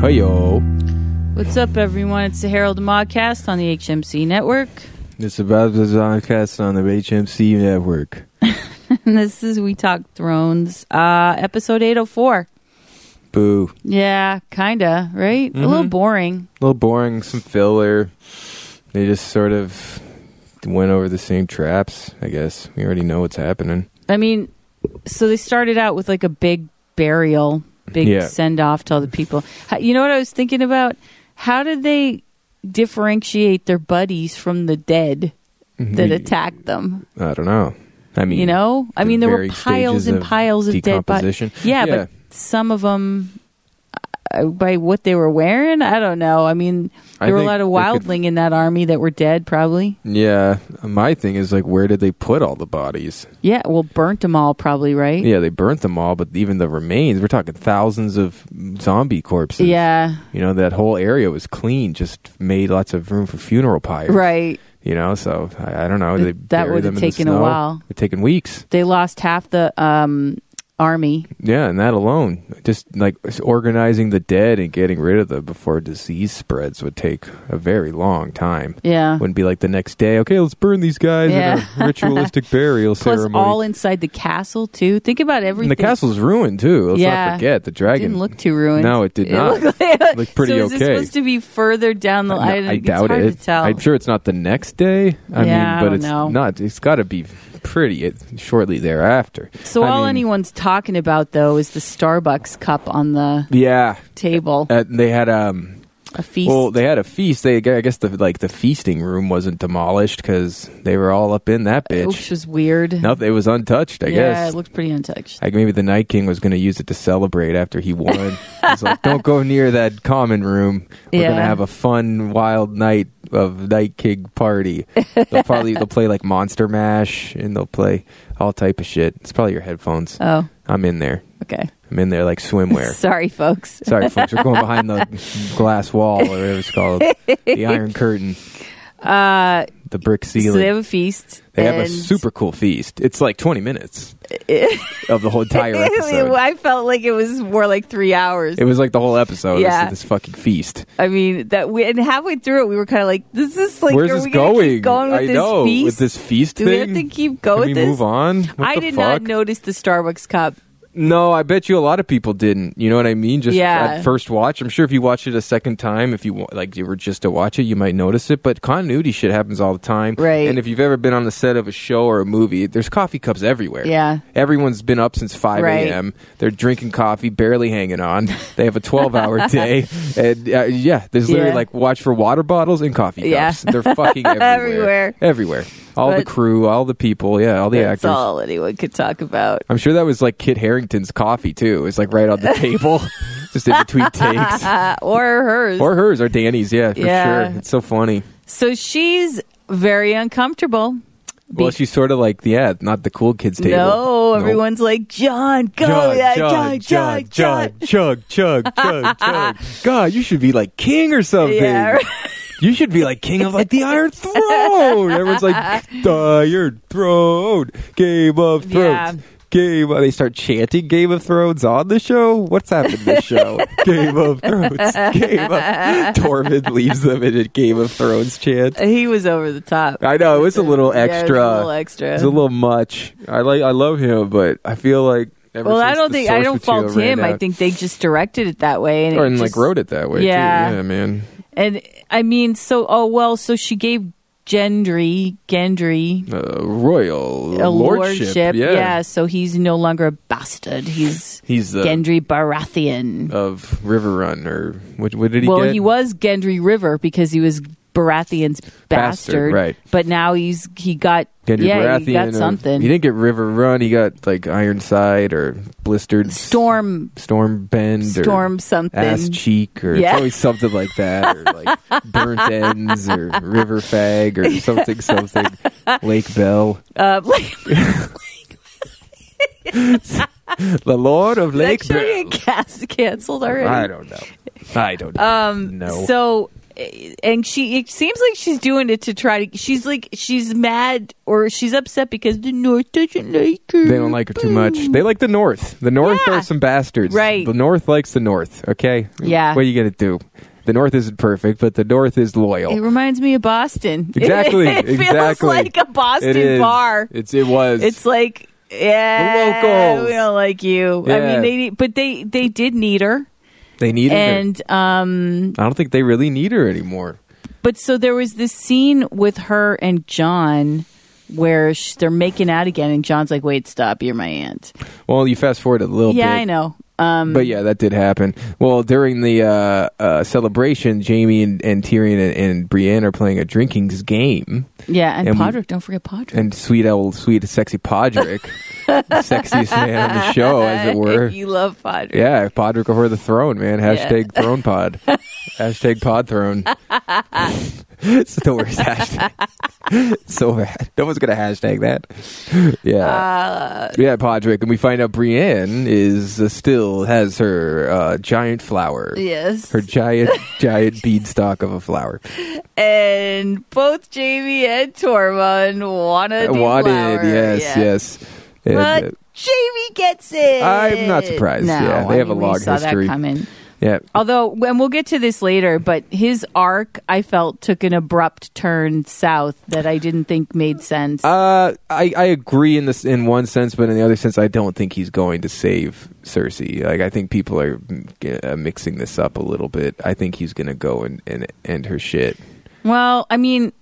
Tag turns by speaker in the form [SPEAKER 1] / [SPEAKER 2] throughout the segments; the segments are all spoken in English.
[SPEAKER 1] Heyo.
[SPEAKER 2] What's up, everyone? It's the Herald Modcast on the HMC Network.
[SPEAKER 1] It's about the Zoncast on the HMC network.
[SPEAKER 2] And this is We Talk Thrones, uh, episode 804.
[SPEAKER 1] Boo.
[SPEAKER 2] Yeah, kinda, right? A little boring.
[SPEAKER 1] A little boring, some filler. They just sort of went over the same traps, I guess. We already know what's happening.
[SPEAKER 2] I mean, so they started out with like a big burial, big
[SPEAKER 1] Yeah.
[SPEAKER 2] send off to all the people. How- You know what I was thinking about? How did they differentiate their buddies from the dead that
[SPEAKER 1] We-
[SPEAKER 2] attacked them?
[SPEAKER 1] I don't know. I mean,
[SPEAKER 2] you know i
[SPEAKER 1] the
[SPEAKER 2] mean there were
[SPEAKER 1] varied
[SPEAKER 2] piles
[SPEAKER 1] stages
[SPEAKER 2] and
[SPEAKER 1] of
[SPEAKER 2] piles of dead bodies
[SPEAKER 1] decomposition.
[SPEAKER 2] yeah,
[SPEAKER 1] Yeah.
[SPEAKER 2] but some of them by what they were wearing i don't know i mean
[SPEAKER 1] I
[SPEAKER 2] there were a
[SPEAKER 1] think
[SPEAKER 2] lot of
[SPEAKER 1] they could-
[SPEAKER 2] wildling in that army that were dead probably
[SPEAKER 1] Yeah. My thing is, like, where did they put all the bodies?
[SPEAKER 2] yeah well burnt them all probably right
[SPEAKER 1] Yeah, they burnt them all, but even the remains, we're talking thousands of zombie corpses.
[SPEAKER 2] Yeah,
[SPEAKER 1] You know, that whole area was clean, just made lots of room for funeral pyres.
[SPEAKER 2] right
[SPEAKER 1] You know, so I, I don't know.
[SPEAKER 2] Th-
[SPEAKER 1] They
[SPEAKER 2] that
[SPEAKER 1] bury
[SPEAKER 2] would've
[SPEAKER 1] them in the
[SPEAKER 2] taken a
[SPEAKER 1] snow.
[SPEAKER 2] while.
[SPEAKER 1] It's taken weeks.
[SPEAKER 2] they lost half the um army
[SPEAKER 1] Yeah, and that alone, just like s- organizing the dead and getting rid of them before disease spreads would take a very long time.
[SPEAKER 2] yeah
[SPEAKER 1] Wouldn't be like the next day. Okay, let's burn these guys
[SPEAKER 2] Yeah.
[SPEAKER 1] in a ritualistic burial
[SPEAKER 2] plus
[SPEAKER 1] ceremony.
[SPEAKER 2] all inside the castle too think about everything
[SPEAKER 1] and the castle's ruined too. Let's
[SPEAKER 2] Yeah.
[SPEAKER 1] not forget the
[SPEAKER 2] It
[SPEAKER 1] dragon.
[SPEAKER 2] didn't look too ruined
[SPEAKER 1] No, it did not.
[SPEAKER 2] looked,
[SPEAKER 1] Looked pretty
[SPEAKER 2] so is this
[SPEAKER 1] okay.
[SPEAKER 2] supposed to be further down the
[SPEAKER 1] No,
[SPEAKER 2] I, it's
[SPEAKER 1] doubt
[SPEAKER 2] hard
[SPEAKER 1] it.
[SPEAKER 2] to tell.
[SPEAKER 1] I'm sure it's not the next day. I
[SPEAKER 2] Yeah, I
[SPEAKER 1] mean, but
[SPEAKER 2] don't
[SPEAKER 1] it's
[SPEAKER 2] know.
[SPEAKER 1] not. It's got to be pretty it, shortly thereafter.
[SPEAKER 2] So
[SPEAKER 1] I
[SPEAKER 2] all
[SPEAKER 1] mean,
[SPEAKER 2] anyone's talking about though is the Starbucks cup on the
[SPEAKER 1] Yeah,
[SPEAKER 2] table,
[SPEAKER 1] uh, they had um
[SPEAKER 2] a feast.
[SPEAKER 1] Well, they had a feast. They, I guess, the like the feasting room wasn't demolished because they were all up in that
[SPEAKER 2] which
[SPEAKER 1] bitch.
[SPEAKER 2] was weird.
[SPEAKER 1] No, it was untouched. I
[SPEAKER 2] yeah,
[SPEAKER 1] guess.
[SPEAKER 2] it looked pretty untouched.
[SPEAKER 1] like maybe the Night King was going to use it to celebrate after he won. He's like, "Don't go near that common room. We're going to
[SPEAKER 2] Yeah.
[SPEAKER 1] have a fun, wild night of Night King party. They'll probably they'll play like Monster Mash and they'll play all type of shit. It's probably your headphones.
[SPEAKER 2] Oh,
[SPEAKER 1] I'm in there.
[SPEAKER 2] okay.
[SPEAKER 1] I'm in there like swimwear.
[SPEAKER 2] Sorry, folks.
[SPEAKER 1] Sorry, folks. We're going behind the glass wall, or whatever it's called, the iron curtain,
[SPEAKER 2] Uh,
[SPEAKER 1] the brick
[SPEAKER 2] so
[SPEAKER 1] ceiling.
[SPEAKER 2] they have a feast.
[SPEAKER 1] They have a
[SPEAKER 2] and-
[SPEAKER 1] super cool feast. It's like twenty minutes of the whole entire episode.
[SPEAKER 2] I felt like it was more like three hours.
[SPEAKER 1] It was like the whole episode.
[SPEAKER 2] Yeah.
[SPEAKER 1] Yeah. This, fucking feast.
[SPEAKER 2] I mean, that we and halfway through it, we were kind of like, "This is like,
[SPEAKER 1] Where's
[SPEAKER 2] are
[SPEAKER 1] this
[SPEAKER 2] we gonna
[SPEAKER 1] going?
[SPEAKER 2] Keep going with
[SPEAKER 1] I
[SPEAKER 2] this
[SPEAKER 1] know
[SPEAKER 2] feast?
[SPEAKER 1] with this feast
[SPEAKER 2] Do we
[SPEAKER 1] thing.
[SPEAKER 2] have to keep going
[SPEAKER 1] Can
[SPEAKER 2] with
[SPEAKER 1] we
[SPEAKER 2] this?
[SPEAKER 1] move on? What
[SPEAKER 2] I
[SPEAKER 1] the
[SPEAKER 2] did
[SPEAKER 1] fuck?
[SPEAKER 2] not notice the Starbucks cup.
[SPEAKER 1] No, I bet you a lot of people didn't. You know what I mean? Just
[SPEAKER 2] Yeah.
[SPEAKER 1] at first watch. I'm sure if you watch it a second time, if you wa- like, you were just to watch it, you might notice it. But continuity shit happens all the time,
[SPEAKER 2] Right.
[SPEAKER 1] And if you've ever been on the set of a show or a movie, there's coffee cups everywhere.
[SPEAKER 2] Yeah.
[SPEAKER 1] everyone's been up since five
[SPEAKER 2] Right.
[SPEAKER 1] a.m. They're drinking coffee, barely hanging on. They have a 12-hour day, and uh, yeah, there's literally
[SPEAKER 2] Yeah.
[SPEAKER 1] like watch for water bottles and coffee
[SPEAKER 2] Yeah.
[SPEAKER 1] cups. They're fucking everywhere,
[SPEAKER 2] Everywhere.
[SPEAKER 1] everywhere. All the
[SPEAKER 2] But-
[SPEAKER 1] crew, all the people, yeah, all the
[SPEAKER 2] That's
[SPEAKER 1] actors.
[SPEAKER 2] all anyone could talk about.
[SPEAKER 1] I'm sure that was like Kit Harrington's coffee too. It's like right on the table, just in between takes.
[SPEAKER 2] Uh, or hers.
[SPEAKER 1] Or hers or Danny's, yeah, for
[SPEAKER 2] Yeah.
[SPEAKER 1] sure. It's so funny.
[SPEAKER 2] So she's very uncomfortable.
[SPEAKER 1] well, she's sort of like, yeah, not the cool kids table.
[SPEAKER 2] No,
[SPEAKER 1] Nope.
[SPEAKER 2] everyone's like, John, go, yeah, John, John, John.
[SPEAKER 1] chug, chug, chug, chug. God, you should be like king or something.
[SPEAKER 2] Yeah, right.
[SPEAKER 1] You should be like king of like the Iron Throne. Everyone's like Iron Throne, Game of Thrones.
[SPEAKER 2] Yeah.
[SPEAKER 1] Game. They start chanting Game of Thrones on the show. What's happened this show? Game of Thrones. Game of. Tormund leaves them in a Game of Thrones chant.
[SPEAKER 2] He was over the top.
[SPEAKER 1] I know it was a little
[SPEAKER 2] Yeah, it was
[SPEAKER 1] extra.
[SPEAKER 2] a little extra.
[SPEAKER 1] It's a little much. I like. I love him, but I feel like. Ever
[SPEAKER 2] well,
[SPEAKER 1] since
[SPEAKER 2] I don't
[SPEAKER 1] the
[SPEAKER 2] think I
[SPEAKER 1] source
[SPEAKER 2] don't
[SPEAKER 1] material
[SPEAKER 2] fault
[SPEAKER 1] ran
[SPEAKER 2] him. I
[SPEAKER 1] out-
[SPEAKER 2] think they just directed it that way, and,
[SPEAKER 1] or
[SPEAKER 2] it
[SPEAKER 1] and like
[SPEAKER 2] just-
[SPEAKER 1] wrote it that way.
[SPEAKER 2] Yeah.
[SPEAKER 1] too. yeah, man.
[SPEAKER 2] And I mean, so oh well, so she gave Gendry, Gendry
[SPEAKER 1] Uh, royal
[SPEAKER 2] a
[SPEAKER 1] lordship. Yeah.
[SPEAKER 2] so he's no longer a bastard. He's
[SPEAKER 1] He's the
[SPEAKER 2] Gendry Baratheon.
[SPEAKER 1] of River Run, or what, what did he
[SPEAKER 2] well,
[SPEAKER 1] get?
[SPEAKER 2] he was Gendry River because he was Baratheon's bastard,
[SPEAKER 1] Bastard, right.
[SPEAKER 2] But now he's he got
[SPEAKER 1] Gendry
[SPEAKER 2] yeah, he
[SPEAKER 1] Baratheon
[SPEAKER 2] got
[SPEAKER 1] or-
[SPEAKER 2] something.
[SPEAKER 1] He didn't get River Run. He got like Ironside or Blistered
[SPEAKER 2] storm
[SPEAKER 1] Storm Bend,
[SPEAKER 2] storm
[SPEAKER 1] or Ass
[SPEAKER 2] something.
[SPEAKER 1] Cheek, or it's
[SPEAKER 2] Yeah.
[SPEAKER 1] always something like that, or like Burnt Ends, or River Fag, or something, something. Lake Bell,
[SPEAKER 2] Uh, like,
[SPEAKER 1] the Lord of Lake
[SPEAKER 2] actually,
[SPEAKER 1] Bell.
[SPEAKER 2] it cast, canceled already.
[SPEAKER 1] I don't know. I don't know.
[SPEAKER 2] Um,
[SPEAKER 1] no.
[SPEAKER 2] So and she it seems like she's doing it to try to she's like she's mad or she's upset because the north doesn't like her
[SPEAKER 1] They don't like her too much. They like the North. The North
[SPEAKER 2] Yeah.
[SPEAKER 1] are some bastards.
[SPEAKER 2] Right.
[SPEAKER 1] The North likes the North. Okay.
[SPEAKER 2] Yeah.
[SPEAKER 1] What are you gonna do? The North isn't perfect, but the North is loyal.
[SPEAKER 2] it reminds me of boston It-
[SPEAKER 1] Exactly,
[SPEAKER 2] it, feels
[SPEAKER 1] exactly.
[SPEAKER 2] like a
[SPEAKER 1] It
[SPEAKER 2] boston
[SPEAKER 1] is.
[SPEAKER 2] bar
[SPEAKER 1] It's it was.
[SPEAKER 2] it's like yeah
[SPEAKER 1] locals.
[SPEAKER 2] we don't like you i
[SPEAKER 1] Yeah.
[SPEAKER 2] mean they need- but they they did need her
[SPEAKER 1] they needed her.
[SPEAKER 2] and um
[SPEAKER 1] I don't think they really need her anymore.
[SPEAKER 2] But so there was this scene with her and John where sh- they're making out again, and John's like, "Wait, stop! You're my aunt."
[SPEAKER 1] Well, you fast forward a little
[SPEAKER 2] yeah,
[SPEAKER 1] bit.
[SPEAKER 2] I know. Um,
[SPEAKER 1] But yeah, that did happen. Well, during the uh, uh, celebration, Jamie and, and Tyrion and, and Brienne are playing a drinking game,
[SPEAKER 2] yeah, and,
[SPEAKER 1] and we-
[SPEAKER 2] Podrick, don't forget Podrick.
[SPEAKER 1] and sweet old, sweet, sexy Podrick, the sexiest man on the show, as it were.
[SPEAKER 2] you love Podrick.
[SPEAKER 1] Yeah, Podrick over the throne, man. Hashtag throne pod. hashtag pod throne. it's the worst hashtag. so bad. No one's going to hashtag that. Yeah.
[SPEAKER 2] Uh,
[SPEAKER 1] yeah, Podrick. And we find out Brienne is uh, still has her uh, giant flower.
[SPEAKER 2] yes.
[SPEAKER 1] Her giant, giant beadstock of a flower.
[SPEAKER 2] and both Jamie and Tormund wanted.
[SPEAKER 1] Wanted, yes, yes. And,
[SPEAKER 2] But
[SPEAKER 1] uh,
[SPEAKER 2] Jamie gets it.
[SPEAKER 1] I'm not surprised.
[SPEAKER 2] No,
[SPEAKER 1] Yeah, they
[SPEAKER 2] I
[SPEAKER 1] have a
[SPEAKER 2] mean, we
[SPEAKER 1] long
[SPEAKER 2] saw
[SPEAKER 1] history.
[SPEAKER 2] That coming.
[SPEAKER 1] yeah,
[SPEAKER 2] Although, and we'll get to this later, but his arc, I felt, took an abrupt turn south that I didn't think made sense.
[SPEAKER 1] Uh, I, I agree in this in one sense, but in the other sense, I don't think he's going to save Cersei. Like I think people are mm, uh, mixing this up a little bit. I think he's going to go and, and end her shit.
[SPEAKER 2] well, I mean,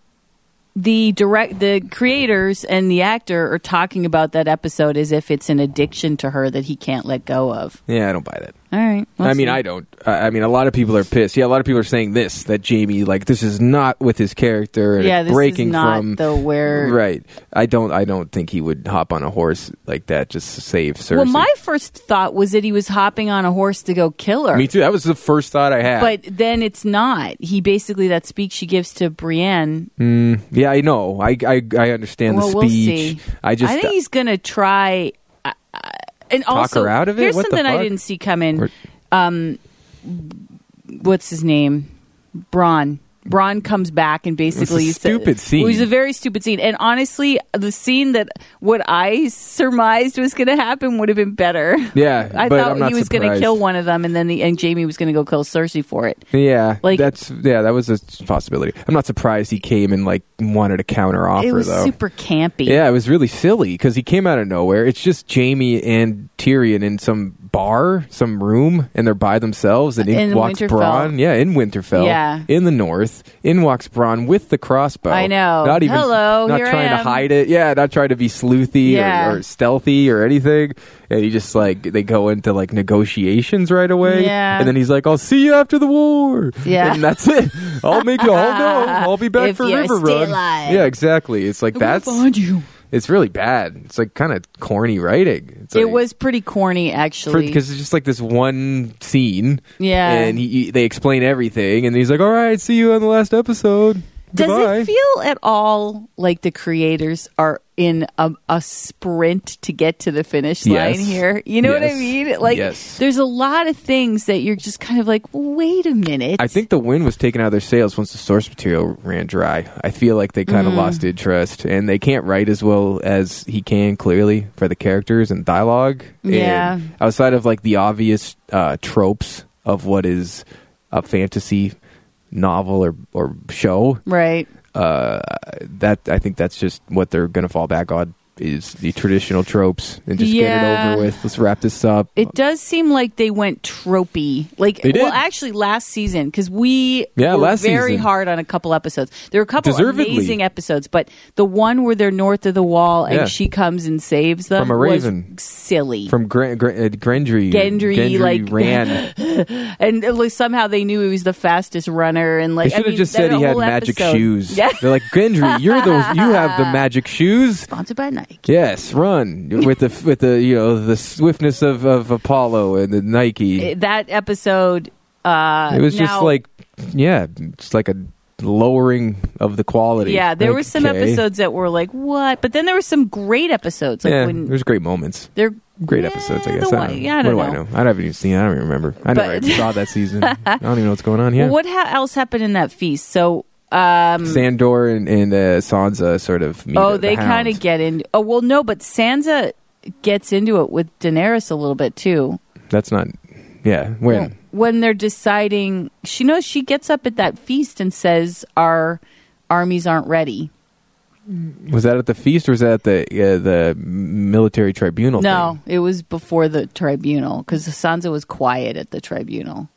[SPEAKER 2] the direct, the creators and the actor are talking about that episode as if it's an addiction to her that he can't let go of.
[SPEAKER 1] Yeah, I don't buy that.
[SPEAKER 2] All right, we'll
[SPEAKER 1] I mean,
[SPEAKER 2] see.
[SPEAKER 1] I don't. I, I mean, a lot of people are pissed. Yeah, a lot of people are saying this that Jamie like this is not with his character. And
[SPEAKER 2] yeah,
[SPEAKER 1] it's
[SPEAKER 2] this
[SPEAKER 1] breaking
[SPEAKER 2] is not
[SPEAKER 1] from
[SPEAKER 2] the where.
[SPEAKER 1] right. I don't. I don't think he would hop on a horse like that just to save Cersei.
[SPEAKER 2] Well, my first thought was that he was hopping on a horse to go kill her.
[SPEAKER 1] me too. That was the first thought I had.
[SPEAKER 2] But then it's not. He basically that speech she gives to Brienne
[SPEAKER 1] Mm, yeah, I know. I I, I understand
[SPEAKER 2] Well,
[SPEAKER 1] the speech.
[SPEAKER 2] we'll see.
[SPEAKER 1] I just
[SPEAKER 2] I think he's going to try. I- I- and also,
[SPEAKER 1] her out of it?
[SPEAKER 2] here's
[SPEAKER 1] What the
[SPEAKER 2] something I
[SPEAKER 1] fuck?
[SPEAKER 2] didn't see coming.
[SPEAKER 1] Or-
[SPEAKER 2] Um, what's his name? Braun. Braun comes back and basically
[SPEAKER 1] It's a stupid
[SPEAKER 2] said, It was
[SPEAKER 1] scene.
[SPEAKER 2] a very stupid scene. And honestly, the scene that what I surmised was going to happen would have been better.
[SPEAKER 1] Yeah,
[SPEAKER 2] I
[SPEAKER 1] but
[SPEAKER 2] thought
[SPEAKER 1] I'm not
[SPEAKER 2] he was going to
[SPEAKER 1] surprised.
[SPEAKER 2] kill one of them, and then the, and Jamie was going to go kill Cersei for it.
[SPEAKER 1] Yeah,
[SPEAKER 2] Like-
[SPEAKER 1] that's yeah, that was a possibility. I'm not surprised he came and like wanted a counter offer
[SPEAKER 2] it was
[SPEAKER 1] though.
[SPEAKER 2] super campy.
[SPEAKER 1] yeah, it was really silly because he came out of nowhere. It's just Jamie and Tyrion in some bar, some room, and they're by themselves. And in,
[SPEAKER 2] In
[SPEAKER 1] walks
[SPEAKER 2] Winterfell.
[SPEAKER 1] Braun. Yeah, in Winterfell.
[SPEAKER 2] Yeah.
[SPEAKER 1] in the north. In walks Braun with the crossbow.
[SPEAKER 2] I know.
[SPEAKER 1] Not even
[SPEAKER 2] Hello,
[SPEAKER 1] Not
[SPEAKER 2] here I
[SPEAKER 1] trying to
[SPEAKER 2] am.
[SPEAKER 1] hide it. Yeah, not trying to be sleuthy
[SPEAKER 2] Yeah.
[SPEAKER 1] or, or stealthy or anything. And he just like they go into like negotiations right away.
[SPEAKER 2] Yeah.
[SPEAKER 1] and then he's like, "I'll see you after the war."
[SPEAKER 2] Yeah.
[SPEAKER 1] and that's it. I'll make you all know. I'll be back
[SPEAKER 2] If
[SPEAKER 1] for
[SPEAKER 2] you're
[SPEAKER 1] River
[SPEAKER 2] still
[SPEAKER 1] Run.
[SPEAKER 2] alive.
[SPEAKER 1] Yeah, exactly. It's like that's
[SPEAKER 2] you.
[SPEAKER 1] it's really bad. It's like kind of corny writing. It's
[SPEAKER 2] It
[SPEAKER 1] like-
[SPEAKER 2] was pretty corny, actually.
[SPEAKER 1] because it's just like this one scene.
[SPEAKER 2] Yeah.
[SPEAKER 1] and he, he- they explain everything, and he's like, "All right, see you on the last episode."
[SPEAKER 2] Does
[SPEAKER 1] Goodbye."
[SPEAKER 2] it feel at all like the creators are in a, a sprint to get to the finish line
[SPEAKER 1] Yes.
[SPEAKER 2] here? You know what I
[SPEAKER 1] Yes.
[SPEAKER 2] mean? Like,
[SPEAKER 1] Yes.
[SPEAKER 2] there's a lot of things that you're just kind of like, wait a minute.
[SPEAKER 1] I think the wind was taken out of their sails once the source material ran dry. I feel like they kind of
[SPEAKER 2] Mm-hmm.
[SPEAKER 1] lost interest, and they can't write as well as he can clearly for the characters and dialogue. And
[SPEAKER 2] Yeah.
[SPEAKER 1] outside of like the obvious uh, tropes of what is a fantasy novel or or show,
[SPEAKER 2] right.
[SPEAKER 1] uh, that I think that's just what they're going to fall back on is the traditional tropes and just get
[SPEAKER 2] Yeah.
[SPEAKER 1] it over with. Let's wrap this up.
[SPEAKER 2] It does seem like they went tropey. Like,
[SPEAKER 1] They did.
[SPEAKER 2] well, actually, last season because we
[SPEAKER 1] Yeah,
[SPEAKER 2] were
[SPEAKER 1] last
[SPEAKER 2] very
[SPEAKER 1] season.
[SPEAKER 2] hard on a couple episodes. There were a couple
[SPEAKER 1] Deservedly.
[SPEAKER 2] amazing episodes, but the one where they're north of the wall and
[SPEAKER 1] Yeah.
[SPEAKER 2] she comes and saves them
[SPEAKER 1] From a
[SPEAKER 2] was
[SPEAKER 1] raven.
[SPEAKER 2] silly.
[SPEAKER 1] from Gren- Gren- uh, Gendry,
[SPEAKER 2] Gendry, like-
[SPEAKER 1] ran.
[SPEAKER 2] and it was- somehow they knew he was the fastest runner and like
[SPEAKER 1] They should
[SPEAKER 2] I
[SPEAKER 1] have
[SPEAKER 2] mean,
[SPEAKER 1] just
[SPEAKER 2] that
[SPEAKER 1] said he had
[SPEAKER 2] whole
[SPEAKER 1] magic
[SPEAKER 2] episode-
[SPEAKER 1] shoes.
[SPEAKER 2] Yeah.
[SPEAKER 1] They're like, Gendry, you're the you have the magic shoes.
[SPEAKER 2] Sponsored by Nike.
[SPEAKER 1] Yes, run with the with the you know the swiftness of, of Apollo and the Nike. It,
[SPEAKER 2] That episode uh
[SPEAKER 1] was
[SPEAKER 2] now,
[SPEAKER 1] just like yeah, just like a lowering of the quality.
[SPEAKER 2] Yeah, there
[SPEAKER 1] Like,
[SPEAKER 2] were some
[SPEAKER 1] okay.
[SPEAKER 2] episodes that were like, what? But then there were some great episodes. Like
[SPEAKER 1] Yeah,
[SPEAKER 2] when
[SPEAKER 1] there's great moments.
[SPEAKER 2] they're
[SPEAKER 1] Great
[SPEAKER 2] Yeah,
[SPEAKER 1] episodes, I guess.
[SPEAKER 2] The,
[SPEAKER 1] I
[SPEAKER 2] one-
[SPEAKER 1] don't,
[SPEAKER 2] yeah, I don't
[SPEAKER 1] what
[SPEAKER 2] know.
[SPEAKER 1] do I know? I haven't even seen. it. I don't even remember. I never
[SPEAKER 2] But-
[SPEAKER 1] even saw that season. I don't even know what's going on. Yeah,
[SPEAKER 2] What ha- else happened in that feast? So, um,
[SPEAKER 1] Sandor and, and uh, Sansa sort of. Meet
[SPEAKER 2] oh,
[SPEAKER 1] the,
[SPEAKER 2] they kind of
[SPEAKER 1] get.
[SPEAKER 2] get in. Oh, well, no, but Sansa gets into it with Daenerys a little bit too.
[SPEAKER 1] That's not. Yeah, when
[SPEAKER 2] When they're deciding, she knows she gets up at that feast and says, "Our armies aren't ready."
[SPEAKER 1] was that at the feast or was that at the uh, the military tribunal?
[SPEAKER 2] No, it was before the tribunal because Sansa was quiet at the tribunal.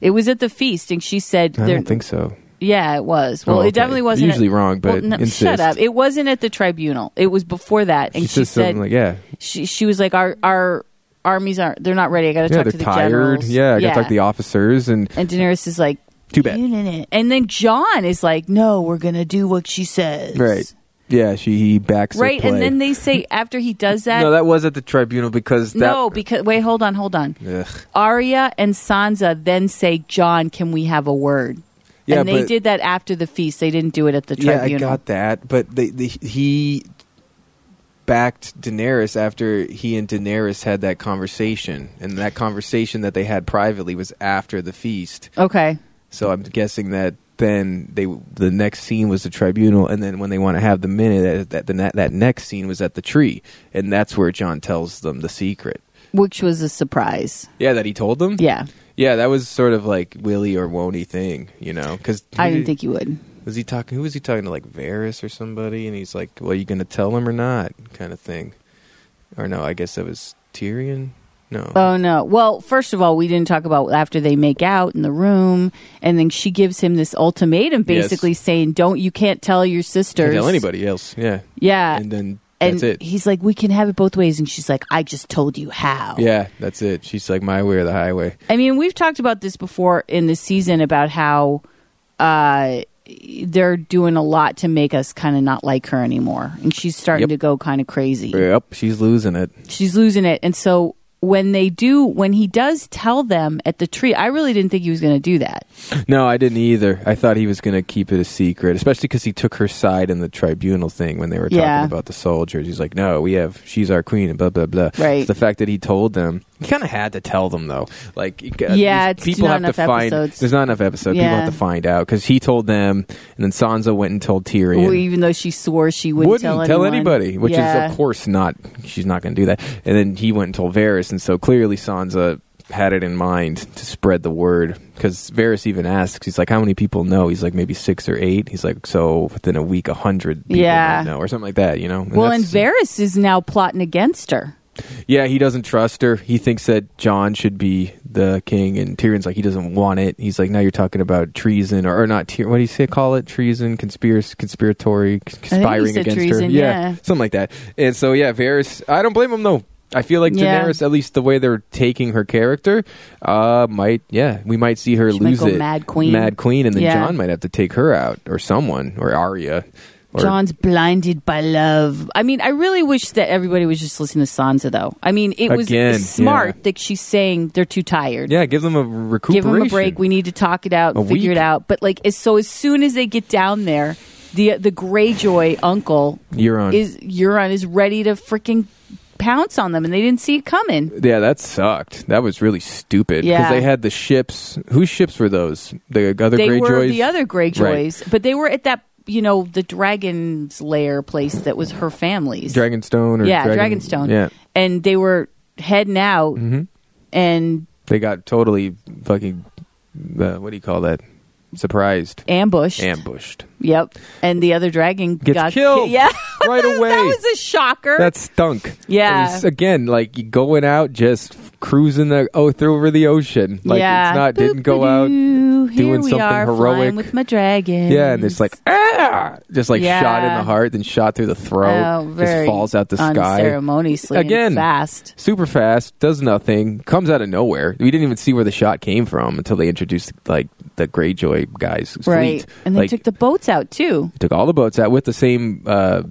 [SPEAKER 2] It was at the feast, and she said,
[SPEAKER 1] thing? I
[SPEAKER 2] there-
[SPEAKER 1] don't think so.
[SPEAKER 2] "Yeah, it was." Well,
[SPEAKER 1] Oh, okay.
[SPEAKER 2] it definitely wasn't.
[SPEAKER 1] Usually
[SPEAKER 2] at-
[SPEAKER 1] wrong,
[SPEAKER 2] Well,
[SPEAKER 1] but
[SPEAKER 2] no, shut
[SPEAKER 1] insist.
[SPEAKER 2] up! It wasn't at the tribunal. It was before that, and
[SPEAKER 1] She
[SPEAKER 2] she,
[SPEAKER 1] says
[SPEAKER 2] said,
[SPEAKER 1] something like, "Yeah,
[SPEAKER 2] she she was like, our our armies aren't. They're not ready. I got to
[SPEAKER 1] yeah,
[SPEAKER 2] talk
[SPEAKER 1] they're
[SPEAKER 2] to the
[SPEAKER 1] tired.
[SPEAKER 2] generals.
[SPEAKER 1] Yeah, I got to talk to the officers and
[SPEAKER 2] and Daenerys is like,
[SPEAKER 1] Too bad.
[SPEAKER 2] "You didn't." And then John is like, "No, we're gonna do what she says."
[SPEAKER 1] right. Yeah, she he backs her
[SPEAKER 2] Right, and
[SPEAKER 1] play.
[SPEAKER 2] then they say after he does that,
[SPEAKER 1] no, that was at the tribunal because that.
[SPEAKER 2] no, because wait, hold on, hold on.
[SPEAKER 1] Ugh.
[SPEAKER 2] Arya and Sansa then say, "John, can we have a word?"
[SPEAKER 1] Yeah,
[SPEAKER 2] and they
[SPEAKER 1] but-
[SPEAKER 2] did that after the feast. They didn't do it at the tribunal.
[SPEAKER 1] Yeah, I got that, but they, they, he backed Daenerys after he and Daenerys had that conversation, and that conversation that they had privately was after the feast.
[SPEAKER 2] Okay,
[SPEAKER 1] So I'm guessing that then they the next scene was the tribunal, and then when they want to have the minute, that that, that, that next scene was at the tree, and that's where John tells them the secret.
[SPEAKER 2] which was a surprise.
[SPEAKER 1] Yeah, that he told them.
[SPEAKER 2] Yeah,
[SPEAKER 1] yeah, that was sort of like Willy or Woney thing, you know? Because
[SPEAKER 2] I didn't think you would.
[SPEAKER 1] was he talking? Who was he talking to? Like Varys or somebody? And he's like, "Well, are you going to tell him or not?" Kind of thing. Or no, I guess that was Tyrion. No.
[SPEAKER 2] Oh no! Well, first of all, we didn't talk about after they make out in the room, and then she gives him this ultimatum,
[SPEAKER 1] Yes.
[SPEAKER 2] basically saying, "Don't you can't tell your sisters,
[SPEAKER 1] Can't tell anybody else. Yeah.
[SPEAKER 2] Yeah,
[SPEAKER 1] And then
[SPEAKER 2] And
[SPEAKER 1] that's it.
[SPEAKER 2] he's like, "We can have it both ways," and she's like, "I just told you how."
[SPEAKER 1] yeah, that's it. She's like my way or the highway.
[SPEAKER 2] I mean, we've talked about this before in the season about how uh, they're doing a lot to make us kind of not like her anymore, and she's starting
[SPEAKER 1] Yep.
[SPEAKER 2] to go kind of crazy.
[SPEAKER 1] Yep, she's losing it.
[SPEAKER 2] She's losing it, and so when they do, when he does tell them at the tree, I really didn't think he was going to do that.
[SPEAKER 1] No, I didn't either. I thought he was going to keep it a secret, especially because he took her side in the tribunal thing when they were talking
[SPEAKER 2] Yeah.
[SPEAKER 1] about the soldiers. He's like, "No, we have she's our queen," and blah blah blah.
[SPEAKER 2] Right.
[SPEAKER 1] the fact that he told them, he kind of had to tell them though. Like, you got-
[SPEAKER 2] Yeah,
[SPEAKER 1] these
[SPEAKER 2] it's
[SPEAKER 1] people
[SPEAKER 2] not
[SPEAKER 1] have to
[SPEAKER 2] enough
[SPEAKER 1] find.
[SPEAKER 2] episodes.
[SPEAKER 1] There's not enough episodes. People
[SPEAKER 2] Yeah.
[SPEAKER 1] have to find out because he told them, and then Sansa went and told Tyrion.
[SPEAKER 2] Well, even though she swore she wouldn't, tell, anyone.
[SPEAKER 1] anybody, which
[SPEAKER 2] Yeah.
[SPEAKER 1] is of course not. She's not going to do that. And then he went and told Varys, and so clearly Sansa had it in mind to spread the word because Varys even asks, he's like, "How many people know?" He's like, "Maybe six or eight. He's like, "So within a week, a hundred people
[SPEAKER 2] Yeah.
[SPEAKER 1] might know, or something like that." You know?
[SPEAKER 2] Well, and
[SPEAKER 1] that's-
[SPEAKER 2] Varys is now plotting against her.
[SPEAKER 1] yeah, he doesn't trust her. He thinks that John should be the king, and Tyrion's like he doesn't want it. He's like, now you're talking about treason or, or not? Tyr- what do you say? Call it treason, conspiracy, conspiratory, c- conspiring
[SPEAKER 2] said
[SPEAKER 1] against her.
[SPEAKER 2] treason, yeah.
[SPEAKER 1] something like that. And so, yeah, Varys. I don't blame him though. I feel like
[SPEAKER 2] Yeah.
[SPEAKER 1] Daenerys, at least the way they're taking her character, uh, might yeah, we might see her
[SPEAKER 2] She might
[SPEAKER 1] lose
[SPEAKER 2] go
[SPEAKER 1] it,
[SPEAKER 2] Mad Queen.
[SPEAKER 1] Mad Queen, and then
[SPEAKER 2] Yeah.
[SPEAKER 1] John might have to take her out, or someone, or Arya, or
[SPEAKER 2] John's blinded by love. I mean, I really wish that everybody was just listening to Sansa, though. I mean, it was
[SPEAKER 1] Again,
[SPEAKER 2] smart
[SPEAKER 1] yeah.
[SPEAKER 2] that she's saying they're too tired.
[SPEAKER 1] yeah, give them a recuperation.
[SPEAKER 2] Give them a break. We need to talk it out,
[SPEAKER 1] A
[SPEAKER 2] and figure
[SPEAKER 1] week.
[SPEAKER 2] it out. But like, as, so as soon as they get down there, the the Greyjoy uncle
[SPEAKER 1] You're on.
[SPEAKER 2] is Euron is ready to freaking pounce on them, and they didn't see it coming.
[SPEAKER 1] Yeah, that sucked. That was really stupid.
[SPEAKER 2] Yeah.
[SPEAKER 1] Because they had the ships. Whose ships were those? The other
[SPEAKER 2] they
[SPEAKER 1] Greyjoys?
[SPEAKER 2] were the other Greyjoys,
[SPEAKER 1] Right.
[SPEAKER 2] but they were at that you know the Dragon's Lair place that was her family's.
[SPEAKER 1] Dragonstone or
[SPEAKER 2] yeah,
[SPEAKER 1] Dragon-
[SPEAKER 2] Dragonstone.
[SPEAKER 1] Yeah. Mm-hmm.
[SPEAKER 2] and they were heading out, and
[SPEAKER 1] They got totally fucking, uh, what do you call that? Surprised.
[SPEAKER 2] ambushed.
[SPEAKER 1] Ambushed.
[SPEAKER 2] yep, and the other dragon
[SPEAKER 1] Gets
[SPEAKER 2] got
[SPEAKER 1] killed
[SPEAKER 2] Yeah,
[SPEAKER 1] right away.
[SPEAKER 2] that was a shocker.
[SPEAKER 1] That stunk.
[SPEAKER 2] Yeah.
[SPEAKER 1] It was, again, like you going out, just cruising the oh through over the ocean. Like
[SPEAKER 2] yeah,
[SPEAKER 1] it's not didn't go out.
[SPEAKER 2] Boop-a-doo, Here
[SPEAKER 1] doing
[SPEAKER 2] we
[SPEAKER 1] something
[SPEAKER 2] are,
[SPEAKER 1] heroic.
[SPEAKER 2] flying with my dragon.
[SPEAKER 1] Yeah, and it's like ah, just like shot in
[SPEAKER 2] Yeah.
[SPEAKER 1] the heart, then shot through the throat.
[SPEAKER 2] oh,
[SPEAKER 1] just
[SPEAKER 2] very
[SPEAKER 1] falls out the sky.
[SPEAKER 2] unceremoniously and
[SPEAKER 1] Again.
[SPEAKER 2] fast.
[SPEAKER 1] super fast, does nothing, comes out of nowhere. We didn't even see where the shot came from until they introduced like the Greyjoy guys'
[SPEAKER 2] Right,
[SPEAKER 1] fleet.
[SPEAKER 2] and they
[SPEAKER 1] Like,
[SPEAKER 2] took the boats out too.
[SPEAKER 1] took all the boats out with the same uh,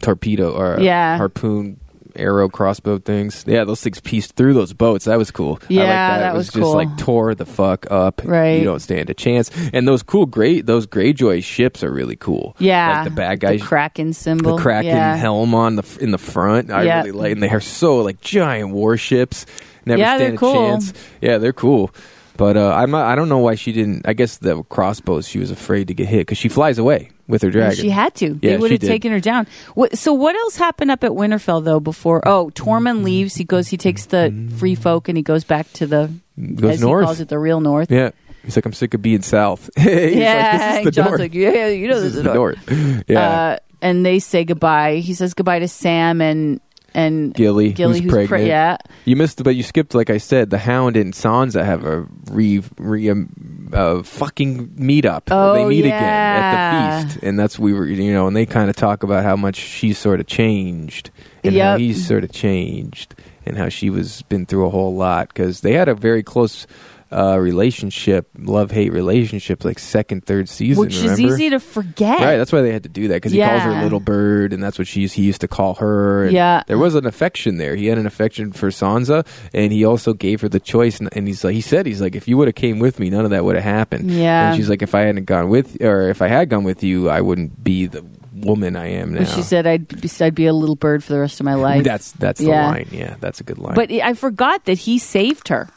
[SPEAKER 1] torpedo or
[SPEAKER 2] Yeah.
[SPEAKER 1] harpoon arrow crossbow things. Yeah, those things pieced through those boats. That was cool. I
[SPEAKER 2] Yeah,
[SPEAKER 1] like that.
[SPEAKER 2] that
[SPEAKER 1] it was,
[SPEAKER 2] was
[SPEAKER 1] just
[SPEAKER 2] cool.
[SPEAKER 1] like tore the fuck up.
[SPEAKER 2] Right.
[SPEAKER 1] You don't stand a chance. And those cool great those Greyjoy ships are really cool.
[SPEAKER 2] Yeah,
[SPEAKER 1] Like the bad guys
[SPEAKER 2] the Kraken symbol,
[SPEAKER 1] the Kraken
[SPEAKER 2] yeah.
[SPEAKER 1] helm on the f- in the front. I
[SPEAKER 2] Yeah.
[SPEAKER 1] really like, and they are so like giant warships. Never
[SPEAKER 2] Yeah,
[SPEAKER 1] stand
[SPEAKER 2] they're
[SPEAKER 1] a
[SPEAKER 2] cool.
[SPEAKER 1] chance. Yeah, they're cool. But uh, I'm not, I don't know why she didn't. I guess the crossbows. She was afraid to get hit because she flies away with her dragon.
[SPEAKER 2] She had to.
[SPEAKER 1] Yeah,
[SPEAKER 2] they would
[SPEAKER 1] she
[SPEAKER 2] have
[SPEAKER 1] did.
[SPEAKER 2] taken her down. What, so what else happened up at Winterfell though? Before oh, Tormund leaves. He goes. He takes the free folk and he goes back to the
[SPEAKER 1] Goes
[SPEAKER 2] as
[SPEAKER 1] north.
[SPEAKER 2] he calls it the real north.
[SPEAKER 1] yeah, he's like, I'm sick of being south. He's like, this is
[SPEAKER 2] yeah.
[SPEAKER 1] the
[SPEAKER 2] and John's
[SPEAKER 1] north.
[SPEAKER 2] like, yeah, yeah, you know
[SPEAKER 1] this
[SPEAKER 2] this,
[SPEAKER 1] is the north. Yeah,
[SPEAKER 2] Uh, and they say goodbye. He says goodbye to Sam and and
[SPEAKER 1] Gilly,
[SPEAKER 2] Gilly,
[SPEAKER 1] who's,
[SPEAKER 2] who's,
[SPEAKER 1] pregnant.
[SPEAKER 2] pre- yeah.
[SPEAKER 1] You missed, but you skipped. Like I said, the Hound and Sansa have a re re um, uh, fucking meetup.
[SPEAKER 2] Oh,
[SPEAKER 1] they meet again
[SPEAKER 2] yeah.
[SPEAKER 1] at the feast, and that's we were you know, and they kind of talk about how much she sort of changed and how
[SPEAKER 2] Yep.
[SPEAKER 1] he's sort of changed and how she was been through a whole lot because they had a very close. Uh, relationship, love hate relationship, like second, third season.
[SPEAKER 2] Which is
[SPEAKER 1] remember?
[SPEAKER 2] easy to forget.
[SPEAKER 1] Right, that's why they had to do that because he calls
[SPEAKER 2] Yeah.
[SPEAKER 1] her little bird, and that's what she's he used to call her. and
[SPEAKER 2] Yeah.
[SPEAKER 1] there was an affection there. He had an affection for Sansa, and he also gave her the choice. And, and he's like, he said, he's like, if you would have came with me, none of that would have happened.
[SPEAKER 2] Yeah.
[SPEAKER 1] and she's like, if I hadn't gone with, or if I had gone with you, I wouldn't be the woman I am now.
[SPEAKER 2] But she said I'd be, I'd be a little bird for the rest of my life.
[SPEAKER 1] that's that's
[SPEAKER 2] Yeah.
[SPEAKER 1] the line. Yeah, that's a good line.
[SPEAKER 2] But I forgot that he saved her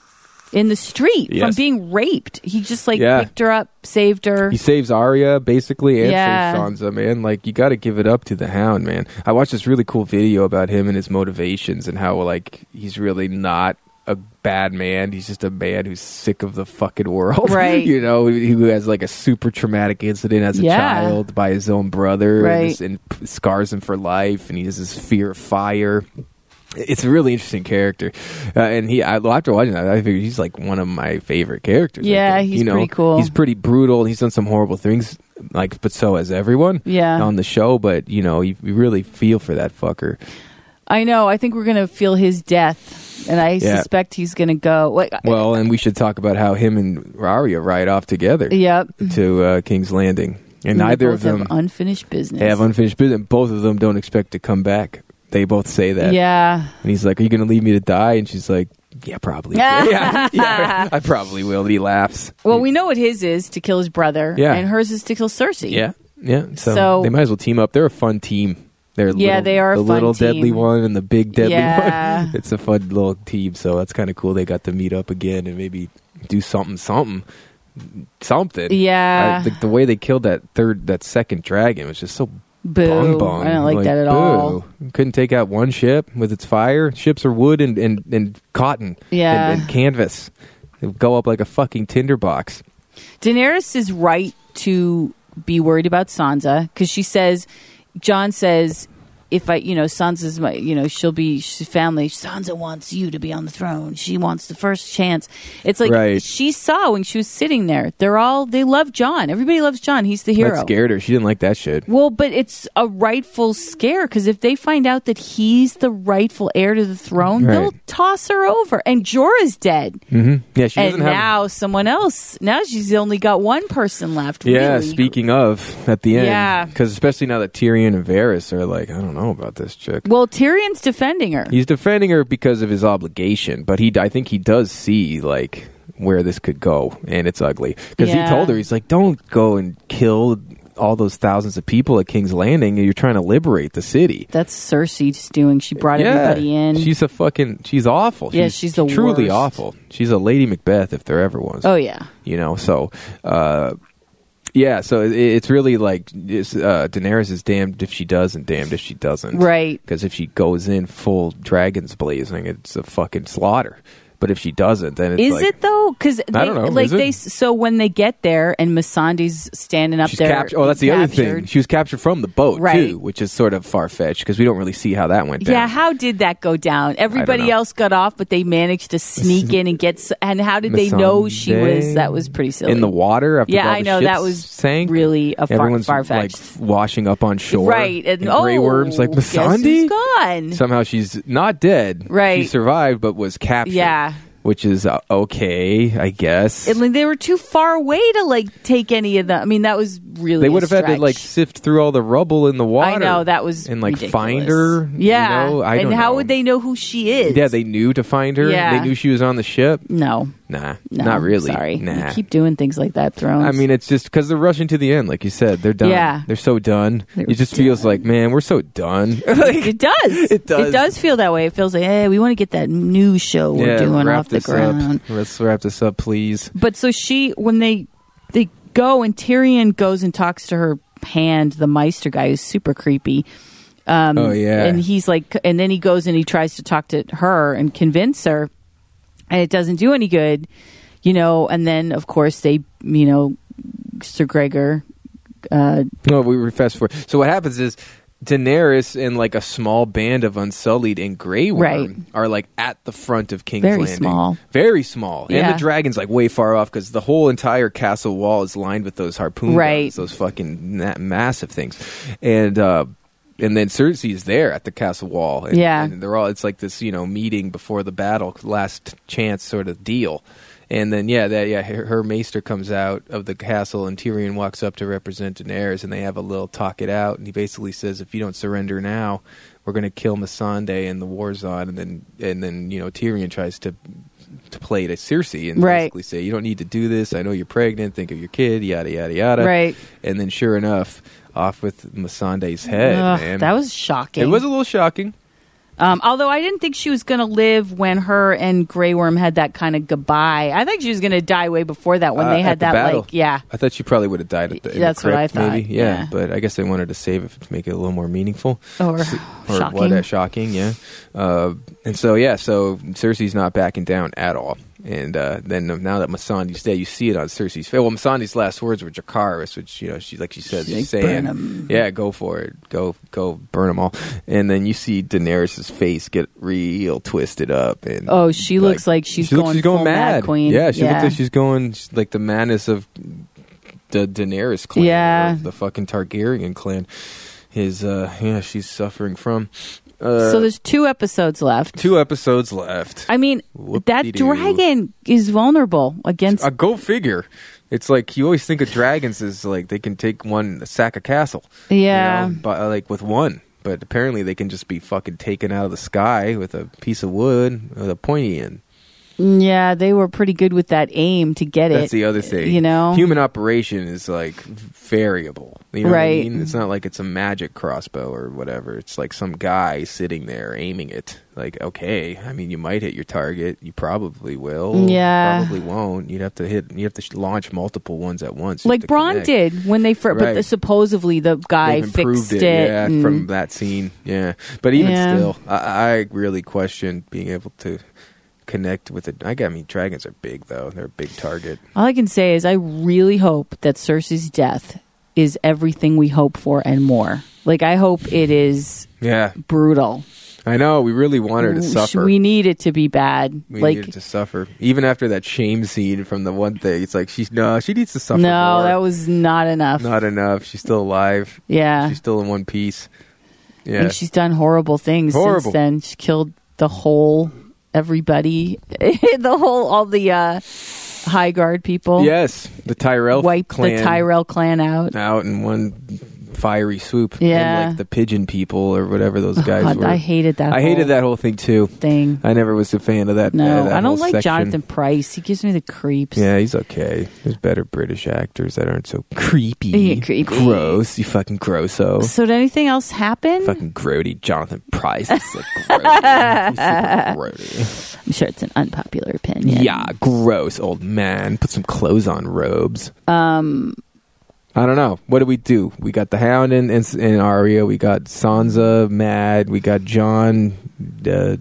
[SPEAKER 2] in the street from
[SPEAKER 1] Yes.
[SPEAKER 2] being raped. He just like
[SPEAKER 1] Yeah.
[SPEAKER 2] picked her up, saved her.
[SPEAKER 1] He saves Arya basically and
[SPEAKER 2] Yeah.
[SPEAKER 1] saves Sansa, man. Like you got to give it up to the Hound, man. I watched this really cool video about him and his motivations and how like he's really not a bad man. He's just a man who's sick of the fucking world,
[SPEAKER 2] Right.
[SPEAKER 1] you know, who has like a super traumatic incident as a
[SPEAKER 2] Yeah.
[SPEAKER 1] child by his own brother,
[SPEAKER 2] Right.
[SPEAKER 1] and, this, and p- scars him for life, and he has this fear of fire it's a really interesting character, uh, and he. I, after watching that, I figured he's like one of my favorite characters. I
[SPEAKER 2] Yeah,
[SPEAKER 1] think.
[SPEAKER 2] he's
[SPEAKER 1] you know,
[SPEAKER 2] pretty cool.
[SPEAKER 1] He's pretty brutal. and He's done some horrible things, like but so has everyone.
[SPEAKER 2] Yeah.
[SPEAKER 1] on the show, but you know, you, you really feel for that fucker.
[SPEAKER 2] I know. I think we're gonna feel his death, and I
[SPEAKER 1] Yeah.
[SPEAKER 2] suspect he's gonna go. Like,
[SPEAKER 1] Well, and we should talk about how him and Arya ride off together
[SPEAKER 2] yep.
[SPEAKER 1] to uh, King's Landing, and
[SPEAKER 2] They
[SPEAKER 1] neither
[SPEAKER 2] both
[SPEAKER 1] of them
[SPEAKER 2] have unfinished business.
[SPEAKER 1] have unfinished business. Both of them don't expect to come back. They both say that.
[SPEAKER 2] yeah.
[SPEAKER 1] And he's like, "Are you going to leave me to die?" And she's like, "Yeah, probably. yeah, yeah, I probably will." And he laughs.
[SPEAKER 2] Well, we know what his is to kill his brother,
[SPEAKER 1] Yeah.
[SPEAKER 2] and hers is to kill Cersei.
[SPEAKER 1] Yeah, yeah. So,
[SPEAKER 2] So-
[SPEAKER 1] they might as well team up. They're a fun team. They're
[SPEAKER 2] Yeah,
[SPEAKER 1] little,
[SPEAKER 2] they are a
[SPEAKER 1] the
[SPEAKER 2] fun
[SPEAKER 1] little deadly
[SPEAKER 2] team.
[SPEAKER 1] one and the big deadly
[SPEAKER 2] Yeah.
[SPEAKER 1] one. it's a fun little team, so that's kind of cool. They got to meet up again and maybe do something, something, something.
[SPEAKER 2] Yeah.
[SPEAKER 1] I, the, the way they killed that third, that second dragon was just so
[SPEAKER 2] Boo.
[SPEAKER 1] bung bung.
[SPEAKER 2] I don't like, that at all.
[SPEAKER 1] boo. Couldn't take out one ship with its fire. Ships are wood and and, and cotton.
[SPEAKER 2] Yeah.
[SPEAKER 1] and, and canvas. It would go up like a fucking tinderbox.
[SPEAKER 2] Daenerys is right to be worried about Sansa because she says, John says, if I, you know, Sansa's my, you know, she'll be she's family. Sansa wants you to be on the throne. She wants the first chance. It's like
[SPEAKER 1] Right.
[SPEAKER 2] she saw when she was sitting there. They're all they love John. Everybody loves John. He's the hero.
[SPEAKER 1] That scared her. She didn't like that shit.
[SPEAKER 2] Well, but it's a rightful scare because if they find out that he's the rightful heir to the throne,
[SPEAKER 1] Right.
[SPEAKER 2] they'll toss her over. And Jorah's dead,
[SPEAKER 1] Mm-hmm. Yeah, she
[SPEAKER 2] and
[SPEAKER 1] doesn't have.
[SPEAKER 2] now someone else. Now she's only got one person left.
[SPEAKER 1] yeah,
[SPEAKER 2] really.
[SPEAKER 1] speaking of, at the end,
[SPEAKER 2] Yeah.
[SPEAKER 1] because especially now that Tyrion and Varys are like, I don't know about this chick.
[SPEAKER 2] Well, Tyrion's defending her.
[SPEAKER 1] He's defending her because of his obligation, but he, I think, he does see like where this could go, and it's ugly. Because
[SPEAKER 2] Yeah.
[SPEAKER 1] he told her, he's like, "Don't go and kill all those thousands of people at King's Landing. You're trying to liberate the city."
[SPEAKER 2] That's Cersei's doing. She brought everybody in.
[SPEAKER 1] She's a fucking. She's awful.
[SPEAKER 2] Yeah, she's the
[SPEAKER 1] truly
[SPEAKER 2] worst.
[SPEAKER 1] awful. She's a Lady Macbeth if there ever was.
[SPEAKER 2] oh yeah,
[SPEAKER 1] you know. So, uh, yeah. So it, it's really like it's, uh, Daenerys is damned if she does and damned if she doesn't.
[SPEAKER 2] Right.
[SPEAKER 1] Because if she goes in full dragons blazing, it's a fucking slaughter. But if she doesn't, then it's
[SPEAKER 2] is
[SPEAKER 1] like,
[SPEAKER 2] it though? Because
[SPEAKER 1] I don't know,
[SPEAKER 2] Like
[SPEAKER 1] is it?
[SPEAKER 2] they. So when they get there and Masandi's standing up
[SPEAKER 1] She's
[SPEAKER 2] there.
[SPEAKER 1] captured. Oh, that's the other thing.
[SPEAKER 2] captured.
[SPEAKER 1] She was captured from the boat
[SPEAKER 2] Right.
[SPEAKER 1] too, which is sort of far fetched because we don't really see how that went down.
[SPEAKER 2] Yeah, how did that go down? Everybody
[SPEAKER 1] know.
[SPEAKER 2] else got off, but they managed to sneak in and get. s- And how did they know she was?
[SPEAKER 1] Missandei
[SPEAKER 2] That was pretty silly.
[SPEAKER 1] In the water after
[SPEAKER 2] Yeah,
[SPEAKER 1] all
[SPEAKER 2] I
[SPEAKER 1] the
[SPEAKER 2] know,
[SPEAKER 1] ships
[SPEAKER 2] that was
[SPEAKER 1] sank.
[SPEAKER 2] really a far-
[SPEAKER 1] Everyone's
[SPEAKER 2] far-fetched.
[SPEAKER 1] like f- washing up on shore,
[SPEAKER 2] right, and,
[SPEAKER 1] And, gray
[SPEAKER 2] oh,
[SPEAKER 1] worms like
[SPEAKER 2] guess who's
[SPEAKER 1] Masandi.
[SPEAKER 2] gone.
[SPEAKER 1] Somehow she's not dead.
[SPEAKER 2] Right.
[SPEAKER 1] she survived but was captured.
[SPEAKER 2] Yeah.
[SPEAKER 1] which is uh, okay, I guess.
[SPEAKER 2] It- like, they were too far away to like take any of them. I mean, that was really
[SPEAKER 1] they
[SPEAKER 2] would
[SPEAKER 1] have had to like sift through all the rubble in the water.
[SPEAKER 2] I know that was
[SPEAKER 1] and like
[SPEAKER 2] ridiculous.
[SPEAKER 1] find her. you
[SPEAKER 2] Yeah,
[SPEAKER 1] know? I don't
[SPEAKER 2] and how
[SPEAKER 1] know.
[SPEAKER 2] would they know who she is?
[SPEAKER 1] Yeah, they knew to find her.
[SPEAKER 2] Yeah.
[SPEAKER 1] They knew she was on the ship.
[SPEAKER 2] no,
[SPEAKER 1] Nah,
[SPEAKER 2] no,
[SPEAKER 1] not really.
[SPEAKER 2] Sorry,
[SPEAKER 1] nah.
[SPEAKER 2] you keep doing things like that, Thrones.
[SPEAKER 1] I mean, it's just because they're rushing to the end, like you said. They're done.
[SPEAKER 2] Yeah.
[SPEAKER 1] they're so done.
[SPEAKER 2] They're
[SPEAKER 1] it just feels like, man, we're so done.
[SPEAKER 2] it does.
[SPEAKER 1] It does.
[SPEAKER 2] It does feel that way. It feels like, hey, we want to get that new show we're
[SPEAKER 1] yeah,
[SPEAKER 2] doing
[SPEAKER 1] wrap
[SPEAKER 2] off the
[SPEAKER 1] this
[SPEAKER 2] ground.
[SPEAKER 1] up. Let's wrap this up, please.
[SPEAKER 2] But so she, when they they go and Tyrion goes and talks to her hand, the Meister guy who's super creepy. Um,
[SPEAKER 1] Oh, yeah.
[SPEAKER 2] and he's like, and then he goes and he tries to talk to her and convince her, and it doesn't do any good, you know. And then of course they, you know, Sir Gregor. Uh,
[SPEAKER 1] No, we were fast forward. So what happens is Daenerys and like a small band of Unsullied and Grey Worm
[SPEAKER 2] Right.
[SPEAKER 1] are like at the front of King's
[SPEAKER 2] Very
[SPEAKER 1] Landing.
[SPEAKER 2] small.
[SPEAKER 1] Very small. And
[SPEAKER 2] Yeah.
[SPEAKER 1] the dragon's like way far off because the whole entire castle wall is lined with those harpoon
[SPEAKER 2] Right.
[SPEAKER 1] guns, those fucking na- massive things. And uh and then Cersei's there at the castle wall. And,
[SPEAKER 2] Yeah.
[SPEAKER 1] And they're all, it's like this, you know, meeting before the battle, last chance sort of deal. And then, yeah, that, yeah, her, her maester comes out of the castle and Tyrion walks up to represent Daenerys and they have a little talk it out. And he basically says, if you don't surrender now, we're going to kill Missandei and the war's on. And then, and then, you know, Tyrion tries to, to play to Cersei and
[SPEAKER 2] Right.
[SPEAKER 1] basically say, you don't need to do this. I know you're pregnant. Think of your kid, yada, yada, yada.
[SPEAKER 2] Right.
[SPEAKER 1] And then sure enough, off with Missandei's head,
[SPEAKER 2] ugh,
[SPEAKER 1] man.
[SPEAKER 2] that was shocking.
[SPEAKER 1] It was a little shocking.
[SPEAKER 2] Um, although I didn't think she was going to live when her and Grey Worm had that kind of goodbye. I think she was going to die way before that when
[SPEAKER 1] Uh,
[SPEAKER 2] they
[SPEAKER 1] at
[SPEAKER 2] had
[SPEAKER 1] the
[SPEAKER 2] that
[SPEAKER 1] battle.
[SPEAKER 2] like yeah.
[SPEAKER 1] I thought she probably would have died at the, in the
[SPEAKER 2] That's what I
[SPEAKER 1] crypt,
[SPEAKER 2] thought,
[SPEAKER 1] Maybe, yeah,
[SPEAKER 2] yeah.
[SPEAKER 1] But I guess they wanted to save it to make it a little more meaningful
[SPEAKER 2] Or
[SPEAKER 1] S-
[SPEAKER 2] shocking.
[SPEAKER 1] What, uh, shocking, yeah. Uh, and so yeah, so Cersei's not backing down at all. And uh, then now that Masandi's dead, you see it on Cersei's face. Well, Masandi's last words were Jacaris, which you know she like she says,
[SPEAKER 2] She's
[SPEAKER 1] she's
[SPEAKER 2] like,
[SPEAKER 1] saying,
[SPEAKER 2] "Burn 'em."
[SPEAKER 1] "Yeah, go for it, go go burn them all." And then you see Daenerys's face get real twisted up, and
[SPEAKER 2] Oh, she looks like she's
[SPEAKER 1] she looks-
[SPEAKER 2] going
[SPEAKER 1] she's going
[SPEAKER 2] full mad queen.
[SPEAKER 1] Yeah, she
[SPEAKER 2] Yeah.
[SPEAKER 1] looks like she's going she's like the madness of the Daenerys clan, or
[SPEAKER 2] Yeah.
[SPEAKER 1] the fucking Targaryen clan. Is uh, yeah, she's suffering from. Uh,
[SPEAKER 2] so there's two episodes left.
[SPEAKER 1] two episodes left.
[SPEAKER 2] I mean, that
[SPEAKER 1] Whoop-de-doo.
[SPEAKER 2] dragon is vulnerable against.
[SPEAKER 1] Uh, go figure. It's like you always think of dragons as like they can take one sack of castle. you
[SPEAKER 2] Yeah.
[SPEAKER 1] know, but uh, like with one. But apparently they can just be fucking taken out of the sky with a piece of wood with a pointy end.
[SPEAKER 2] yeah, they were pretty good with that aim to get it.
[SPEAKER 1] That's the other thing.
[SPEAKER 2] You know,
[SPEAKER 1] human operation is like variable. You know what I
[SPEAKER 2] Right.
[SPEAKER 1] mean? It's not like it's a magic crossbow or whatever. It's like some guy sitting there aiming it. Like, okay, I mean, you might hit your target. You probably will.
[SPEAKER 2] Yeah.
[SPEAKER 1] probably won't. You'd have to hit. You have to sh- launch multiple ones at once. just
[SPEAKER 2] like
[SPEAKER 1] to
[SPEAKER 2] Braun
[SPEAKER 1] connect.
[SPEAKER 2] did when they first, but
[SPEAKER 1] Right.
[SPEAKER 2] the, supposedly the guy
[SPEAKER 1] They've improved
[SPEAKER 2] fixed it.
[SPEAKER 1] yeah,
[SPEAKER 2] and-
[SPEAKER 1] from that scene. Yeah, but even
[SPEAKER 2] Yeah.
[SPEAKER 1] still, I, I really question being able to connect with it. I got I mean, dragons are big though. They're a big target.
[SPEAKER 2] All I can say is I really hope that Cersei's death is everything we hope for and more. Like I hope it is
[SPEAKER 1] Yeah,
[SPEAKER 2] brutal.
[SPEAKER 1] I know. We really want her to suffer.
[SPEAKER 2] We need it to be bad.
[SPEAKER 1] We
[SPEAKER 2] like
[SPEAKER 1] needed to suffer. Even after that shame scene from the one thing, it's like she's no, she needs to suffer.
[SPEAKER 2] no,
[SPEAKER 1] more.
[SPEAKER 2] that was not enough.
[SPEAKER 1] not enough. She's still alive.
[SPEAKER 2] yeah.
[SPEAKER 1] She's still in one piece.
[SPEAKER 2] I
[SPEAKER 1] Yeah,
[SPEAKER 2] think she's done horrible things
[SPEAKER 1] Horrible.
[SPEAKER 2] since then. She killed the whole everybody, the whole all the uh, high guard people.
[SPEAKER 1] yes, the Tyrell
[SPEAKER 2] wiped
[SPEAKER 1] clan
[SPEAKER 2] the Tyrell clan out.
[SPEAKER 1] out in one fiery swoop.
[SPEAKER 2] Yeah. Oh,
[SPEAKER 1] and like the pigeon people or whatever those guys
[SPEAKER 2] God,
[SPEAKER 1] were.
[SPEAKER 2] I hated that.
[SPEAKER 1] I hated that whole thing too.
[SPEAKER 2] thing.
[SPEAKER 1] I never was a fan of that.
[SPEAKER 2] No,
[SPEAKER 1] uh, that
[SPEAKER 2] I
[SPEAKER 1] whole
[SPEAKER 2] don't like
[SPEAKER 1] section.
[SPEAKER 2] Jonathan Price. He gives me the creeps.
[SPEAKER 1] Yeah, he's okay. There's better British actors that aren't so creepy,
[SPEAKER 2] Yeah, creepy.
[SPEAKER 1] gross. You fucking grosso.
[SPEAKER 2] So did anything else happen?
[SPEAKER 1] fucking grody Jonathan Price. He's so grody. He's super grody.
[SPEAKER 2] I'm sure it's an unpopular opinion.
[SPEAKER 1] Yeah, gross old man. Put some clothes on, robes. Um, I don't know. What do we do? We got the Hound and and, and Arya. We got Sansa mad. We got John uh,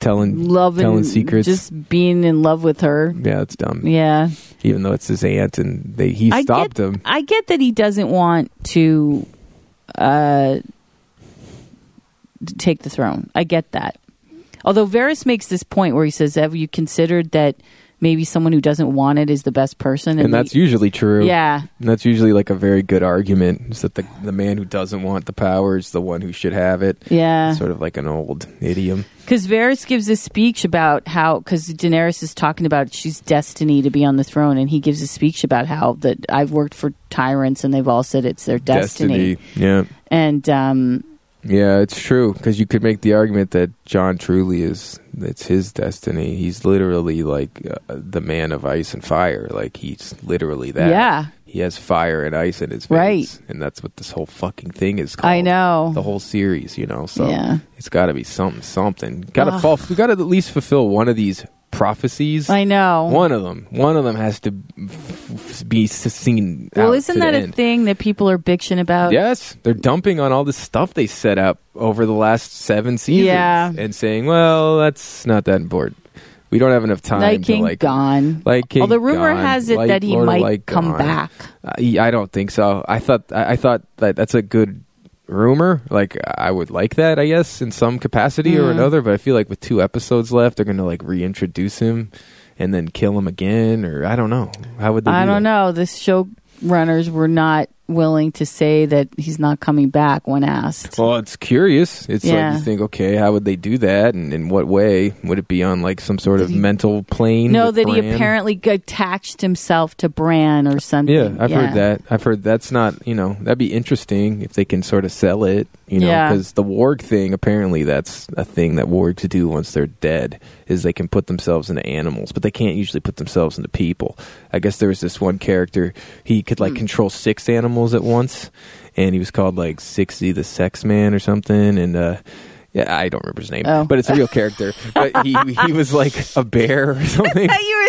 [SPEAKER 1] telling
[SPEAKER 2] Love
[SPEAKER 1] telling
[SPEAKER 2] and
[SPEAKER 1] secrets.
[SPEAKER 2] just being in love with her.
[SPEAKER 1] yeah, it's dumb.
[SPEAKER 2] Yeah.
[SPEAKER 1] Even though it's his aunt, and they he stopped
[SPEAKER 2] I get,
[SPEAKER 1] him.
[SPEAKER 2] I get that he doesn't want to uh, take the throne. I get that. Although Varys makes this point where he says, "Have you considered that maybe someone who doesn't want it is the best person.
[SPEAKER 1] and
[SPEAKER 2] the-
[SPEAKER 1] that's usually true.
[SPEAKER 2] yeah,
[SPEAKER 1] And that's usually like a very good argument is that the the man who doesn't want the power is the one who should have it.
[SPEAKER 2] yeah.
[SPEAKER 1] Sort of like an old idiom.
[SPEAKER 2] Because Varys gives a speech about how, because Daenerys is talking about she's destiny to be on the throne, and he gives a speech about how that I've worked for tyrants and they've all said it's their destiny.
[SPEAKER 1] Yeah.
[SPEAKER 2] And um,
[SPEAKER 1] Yeah, it's true because you could make the argument that John truly is it's his destiny. He's literally like uh, the man of ice and fire. Like he's literally that.
[SPEAKER 2] yeah,
[SPEAKER 1] He has fire and ice in his veins.
[SPEAKER 2] Right.
[SPEAKER 1] And that's what this whole fucking thing is called.
[SPEAKER 2] I know.
[SPEAKER 1] The whole series, you know. So
[SPEAKER 2] Yeah.
[SPEAKER 1] it's got to be something something. Got to
[SPEAKER 2] Ugh.
[SPEAKER 1] fall we got to at least fulfill one of these prophecies.
[SPEAKER 2] I know.
[SPEAKER 1] One of them. One of them has to f- f- be s- seen
[SPEAKER 2] well,
[SPEAKER 1] out
[SPEAKER 2] isn't
[SPEAKER 1] to the
[SPEAKER 2] that a
[SPEAKER 1] end.
[SPEAKER 2] thing that people are bitching about?
[SPEAKER 1] Yes, they're dumping on all this stuff they set up over the last seven seasons,
[SPEAKER 2] Yeah.
[SPEAKER 1] and saying, "Well, that's not that important. We don't have enough time
[SPEAKER 2] Night
[SPEAKER 1] to
[SPEAKER 2] King
[SPEAKER 1] like."
[SPEAKER 2] gone.
[SPEAKER 1] Light King
[SPEAKER 2] Well, the rumor
[SPEAKER 1] gone.
[SPEAKER 2] has it
[SPEAKER 1] Light
[SPEAKER 2] that he
[SPEAKER 1] Lord of
[SPEAKER 2] might
[SPEAKER 1] Light
[SPEAKER 2] come
[SPEAKER 1] gone.
[SPEAKER 2] back.
[SPEAKER 1] I, I don't think so. I thought I, I thought that that's a good rumor. Like I would like that, I guess, in some capacity or
[SPEAKER 2] Hmm.
[SPEAKER 1] another. But I feel like with two episodes left, they're going to like reintroduce him and then kill him again, or I don't know. How would they
[SPEAKER 2] I
[SPEAKER 1] do
[SPEAKER 2] don't
[SPEAKER 1] that?
[SPEAKER 2] know. The showrunners were not willing to say that he's not coming back when asked.
[SPEAKER 1] Well, it's curious. It's
[SPEAKER 2] Yeah.
[SPEAKER 1] like you think, okay, how would they do that, and in what way would it be on like some sort of mental plane?
[SPEAKER 2] no,
[SPEAKER 1] with
[SPEAKER 2] that he
[SPEAKER 1] Bran?
[SPEAKER 2] apparently attached himself to Bran or something.
[SPEAKER 1] Yeah, I've heard that. I've heard that's not you know that'd be interesting if they can sort of sell it, you know,
[SPEAKER 2] Yeah.
[SPEAKER 1] because the warg thing apparently that's a thing that wargs do once they're dead is they can put themselves into animals, but they can't usually put themselves into people. I guess there was this one character he could
[SPEAKER 2] Hmm.
[SPEAKER 1] like control six animals at once, and he was called like sixty the sex man or something, and. uh yeah, I don't remember his name,
[SPEAKER 2] Oh.
[SPEAKER 1] but it's a real character. but he he was like a bear or something
[SPEAKER 2] you were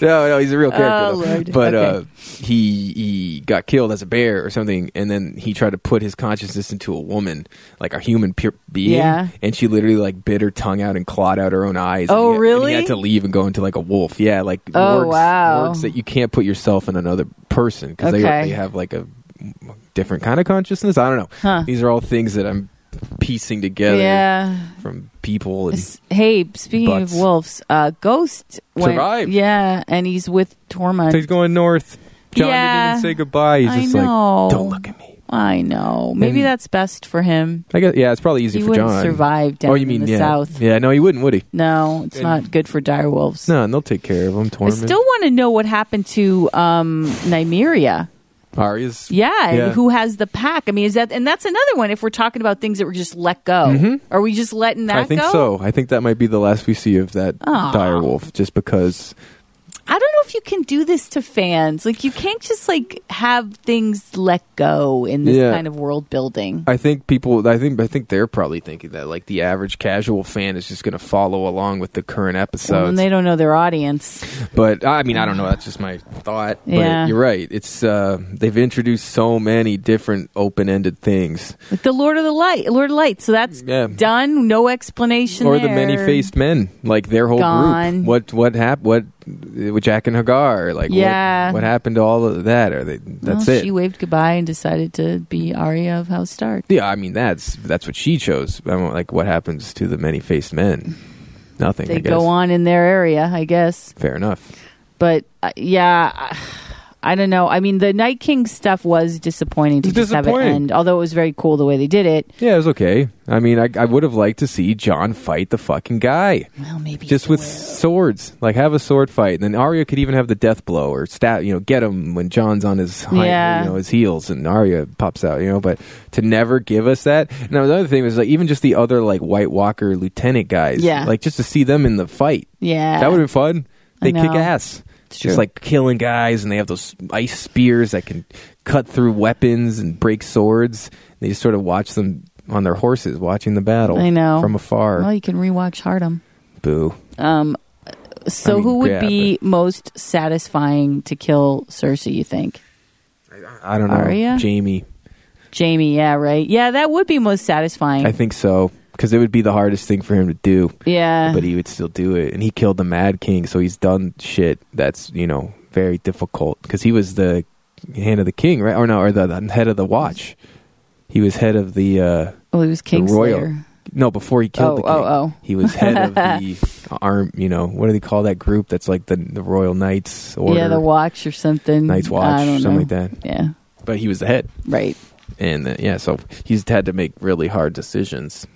[SPEAKER 1] no, no, he's a real character.
[SPEAKER 2] Oh,
[SPEAKER 1] though.
[SPEAKER 2] Lord.
[SPEAKER 1] But uh,
[SPEAKER 2] Okay.
[SPEAKER 1] he he got killed as a bear or something, and then he tried to put his consciousness into a woman, like a human pure being.
[SPEAKER 2] Yeah.
[SPEAKER 1] And she literally like bit her tongue out and clawed out her own eyes. and
[SPEAKER 2] Oh,
[SPEAKER 1] he had- and
[SPEAKER 2] really?
[SPEAKER 1] he had to leave and go into like a wolf. Yeah, like
[SPEAKER 2] Oh,
[SPEAKER 1] works,
[SPEAKER 2] wow.
[SPEAKER 1] works that you can't put yourself in another person because
[SPEAKER 2] Okay.
[SPEAKER 1] they, they have like a different kind of consciousness. I don't know.
[SPEAKER 2] Huh.
[SPEAKER 1] These are all things that I'm piecing together
[SPEAKER 2] Yeah.
[SPEAKER 1] from people and
[SPEAKER 2] S- Hey, speaking
[SPEAKER 1] Butts.
[SPEAKER 2] of wolves, uh, Ghost went,
[SPEAKER 1] Survived.
[SPEAKER 2] Yeah, and he's with Tormund.
[SPEAKER 1] So he's going north. John
[SPEAKER 2] Yeah.
[SPEAKER 1] didn't even say goodbye. He's
[SPEAKER 2] I
[SPEAKER 1] just
[SPEAKER 2] know.
[SPEAKER 1] like, don't look at me.
[SPEAKER 2] I know. Maybe
[SPEAKER 1] And-
[SPEAKER 2] that's best for him.
[SPEAKER 1] I guess, yeah, it's probably easy
[SPEAKER 2] He
[SPEAKER 1] for
[SPEAKER 2] wouldn't
[SPEAKER 1] John.
[SPEAKER 2] survive down
[SPEAKER 1] oh, you
[SPEAKER 2] in
[SPEAKER 1] mean
[SPEAKER 2] the
[SPEAKER 1] yeah.
[SPEAKER 2] south.
[SPEAKER 1] Yeah, no, he wouldn't, would he?
[SPEAKER 2] No, it's
[SPEAKER 1] And-
[SPEAKER 2] not good for direwolves.
[SPEAKER 1] No, and they'll take care of him.
[SPEAKER 2] I
[SPEAKER 1] Torment.
[SPEAKER 2] still want to know what happened to um, Nymeria.
[SPEAKER 1] Arya's.
[SPEAKER 2] Yeah,
[SPEAKER 1] Yeah.
[SPEAKER 2] who has the pack? I mean, is that and that's another one. If we're talking about things that were just let go, are we just letting that
[SPEAKER 1] Mm-hmm. I think
[SPEAKER 2] go?
[SPEAKER 1] so. I think that might be the last we see of that
[SPEAKER 2] Aw.
[SPEAKER 1] direwolf, just because.
[SPEAKER 2] I don't know if you can do this to fans. Like, you can't just like have things let go in this
[SPEAKER 1] Yeah.
[SPEAKER 2] kind of world building.
[SPEAKER 1] I think people. I think. I think they're probably thinking that like the average casual fan is just going to follow along with the current
[SPEAKER 2] Well,
[SPEAKER 1] episodes.
[SPEAKER 2] and they don't know their audience.
[SPEAKER 1] But I mean, I don't know. That's just my thought.
[SPEAKER 2] Yeah.
[SPEAKER 1] But you're right. It's uh, they've introduced so many different open-ended things.
[SPEAKER 2] Like the Lord of the Light, Lord of Light. So that's
[SPEAKER 1] Yeah.
[SPEAKER 2] done. No explanation.
[SPEAKER 1] or the
[SPEAKER 2] there.
[SPEAKER 1] many faced men, like their whole
[SPEAKER 2] Gone.
[SPEAKER 1] group. What what happened? What with Jack and Hagar? Like what-
[SPEAKER 2] Yeah.
[SPEAKER 1] what, happened to all of that? Are they? That's
[SPEAKER 2] Well,
[SPEAKER 1] it.
[SPEAKER 2] She waved goodbye and decided to be Arya of House Stark.
[SPEAKER 1] yeah, I mean that's that's what she chose. I mean, like what happens to the many faced men? Nothing. I
[SPEAKER 2] They
[SPEAKER 1] guess.
[SPEAKER 2] go on in their area, I guess.
[SPEAKER 1] Fair enough.
[SPEAKER 2] but uh, yeah, I- I don't know. I mean, the Night King stuff was disappointing to
[SPEAKER 1] It's
[SPEAKER 2] just have it
[SPEAKER 1] disappointing.
[SPEAKER 2] end, although it was very cool the way they did it.
[SPEAKER 1] Yeah, it was okay. I mean, I, I would have liked to see John fight the fucking guy.
[SPEAKER 2] Well, maybe
[SPEAKER 1] just
[SPEAKER 2] he
[SPEAKER 1] with
[SPEAKER 2] will.
[SPEAKER 1] swords. Like have a sword fight, and then Arya could even have the death blow or stat. You know, get him when John's on his hind,
[SPEAKER 2] Yeah.
[SPEAKER 1] you know his heels, and Arya pops out. You know, but to never give us that. Now another thing was like even just the other like White Walker lieutenant guys.
[SPEAKER 2] Yeah.
[SPEAKER 1] like just to see them in the fight.
[SPEAKER 2] yeah,
[SPEAKER 1] That would have been fun. They
[SPEAKER 2] I
[SPEAKER 1] kick
[SPEAKER 2] know.
[SPEAKER 1] ass.
[SPEAKER 2] It's true.
[SPEAKER 1] Just like killing guys, and they have those ice spears that can cut through weapons and break swords. They just sort of watch them on their horses, watching the battle.
[SPEAKER 2] I know.
[SPEAKER 1] from afar.
[SPEAKER 2] well, you can rewatch Hardham.
[SPEAKER 1] Boo.
[SPEAKER 2] So,
[SPEAKER 1] I mean,
[SPEAKER 2] who would
[SPEAKER 1] yeah,
[SPEAKER 2] be most satisfying to kill Cersei? You think
[SPEAKER 1] I don't know.
[SPEAKER 2] Arya?
[SPEAKER 1] Jamie.
[SPEAKER 2] Jamie? Yeah, right. Yeah, that would be most satisfying.
[SPEAKER 1] I think so because it would be the hardest thing for him to do,
[SPEAKER 2] yeah,
[SPEAKER 1] but he would still do it. And he killed the Mad King, so he's done shit that's you know very difficult because he was the hand of the king, right? Or no, or the, the head of the watch. He was head of the uh,
[SPEAKER 2] well, he was
[SPEAKER 1] the royal.
[SPEAKER 2] Kingslayer.
[SPEAKER 1] No, before he killed
[SPEAKER 2] Oh,
[SPEAKER 1] the king.
[SPEAKER 2] oh, oh.
[SPEAKER 1] He was head of the arm, you know, what do they call that group that's like the the Royal Knights or
[SPEAKER 2] yeah, the watch or something.
[SPEAKER 1] Knights Watch,
[SPEAKER 2] I don't
[SPEAKER 1] something
[SPEAKER 2] know.
[SPEAKER 1] like that.
[SPEAKER 2] Yeah,
[SPEAKER 1] But he was the head.
[SPEAKER 2] right.
[SPEAKER 1] And uh, yeah, so he's had to make really hard decisions.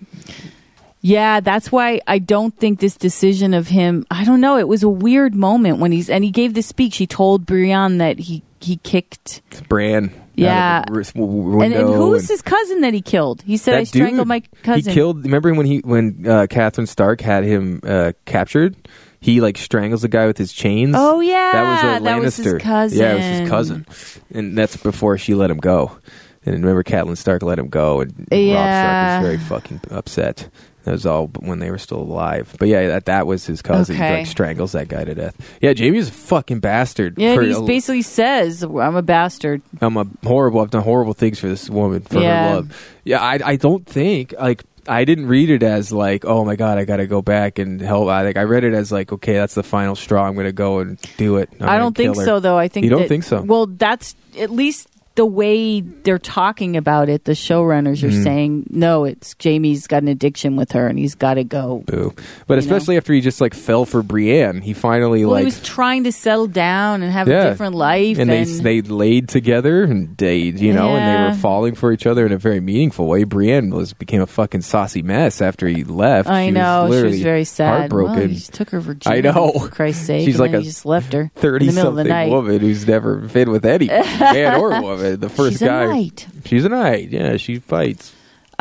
[SPEAKER 2] Yeah, that's why I don't think this decision of him. I don't know. It was a weird moment when he's and he gave this speech. He told Brian that he he kicked
[SPEAKER 1] Bran.
[SPEAKER 2] Yeah.
[SPEAKER 1] Out of the roof- w- w-
[SPEAKER 2] and, and
[SPEAKER 1] window
[SPEAKER 2] who
[SPEAKER 1] and-
[SPEAKER 2] was his cousin that he killed? He said I
[SPEAKER 1] That dude,
[SPEAKER 2] strangled my cousin.
[SPEAKER 1] He killed. Remember when he when uh, Catherine Stark had him uh, captured? He like strangles the guy with his chains.
[SPEAKER 2] Oh, yeah,
[SPEAKER 1] that was a Lannister.
[SPEAKER 2] that was his
[SPEAKER 1] Yeah, it was his
[SPEAKER 2] cousin.
[SPEAKER 1] cousin, and that's before she let him go. And remember, Catelyn Stark let him go, and
[SPEAKER 2] Yeah.
[SPEAKER 1] Rob Stark was very fucking upset. That was all b- when they were still alive. But yeah, that that was his cousin. He
[SPEAKER 2] Okay.
[SPEAKER 1] like strangles that guy to death. Yeah, Jamie's a fucking bastard.
[SPEAKER 2] Yeah,
[SPEAKER 1] for
[SPEAKER 2] and he
[SPEAKER 1] a-
[SPEAKER 2] basically says, "I'm a bastard."
[SPEAKER 1] I'm a horrible. I've done horrible things for this woman for
[SPEAKER 2] Yeah.
[SPEAKER 1] her love. Yeah, I I don't think like I didn't read it as like oh my god I got to go back and help. I like I read it as like okay that's the final straw. I'm gonna go and do it. I'm
[SPEAKER 2] I
[SPEAKER 1] gonna
[SPEAKER 2] don't think
[SPEAKER 1] kill her.
[SPEAKER 2] so, though. I think
[SPEAKER 1] You don't
[SPEAKER 2] that-
[SPEAKER 1] think so?
[SPEAKER 2] Well, that's at least the way they're talking about it. The showrunners
[SPEAKER 1] Hmm.
[SPEAKER 2] are saying, "No, it's Jamie's got an addiction with her, and he's got to go."
[SPEAKER 1] Boo. But
[SPEAKER 2] You
[SPEAKER 1] especially after he just like fell for Brienne, he finally
[SPEAKER 2] Well,
[SPEAKER 1] like
[SPEAKER 2] he was trying to settle down and have
[SPEAKER 1] Yeah.
[SPEAKER 2] a different life,
[SPEAKER 1] and they they laid together and they you know and they
[SPEAKER 2] Yeah.
[SPEAKER 1] were falling for each other in a very meaningful way. Brienne was became a fucking saucy mess after he left.
[SPEAKER 2] I
[SPEAKER 1] She was
[SPEAKER 2] know she was
[SPEAKER 1] literally
[SPEAKER 2] very sad. Well,
[SPEAKER 1] heartbroken.
[SPEAKER 2] he just took her virginity.
[SPEAKER 1] know.
[SPEAKER 2] For Christ's sake,
[SPEAKER 1] She's
[SPEAKER 2] and
[SPEAKER 1] like
[SPEAKER 2] then
[SPEAKER 1] a
[SPEAKER 2] he just left her in
[SPEAKER 1] thirty
[SPEAKER 2] the middle of the
[SPEAKER 1] something
[SPEAKER 2] night.
[SPEAKER 1] woman who's never been with any man or woman. The first
[SPEAKER 2] She's a
[SPEAKER 1] guy,
[SPEAKER 2] knight.
[SPEAKER 1] she's a knight. Yeah, she fights.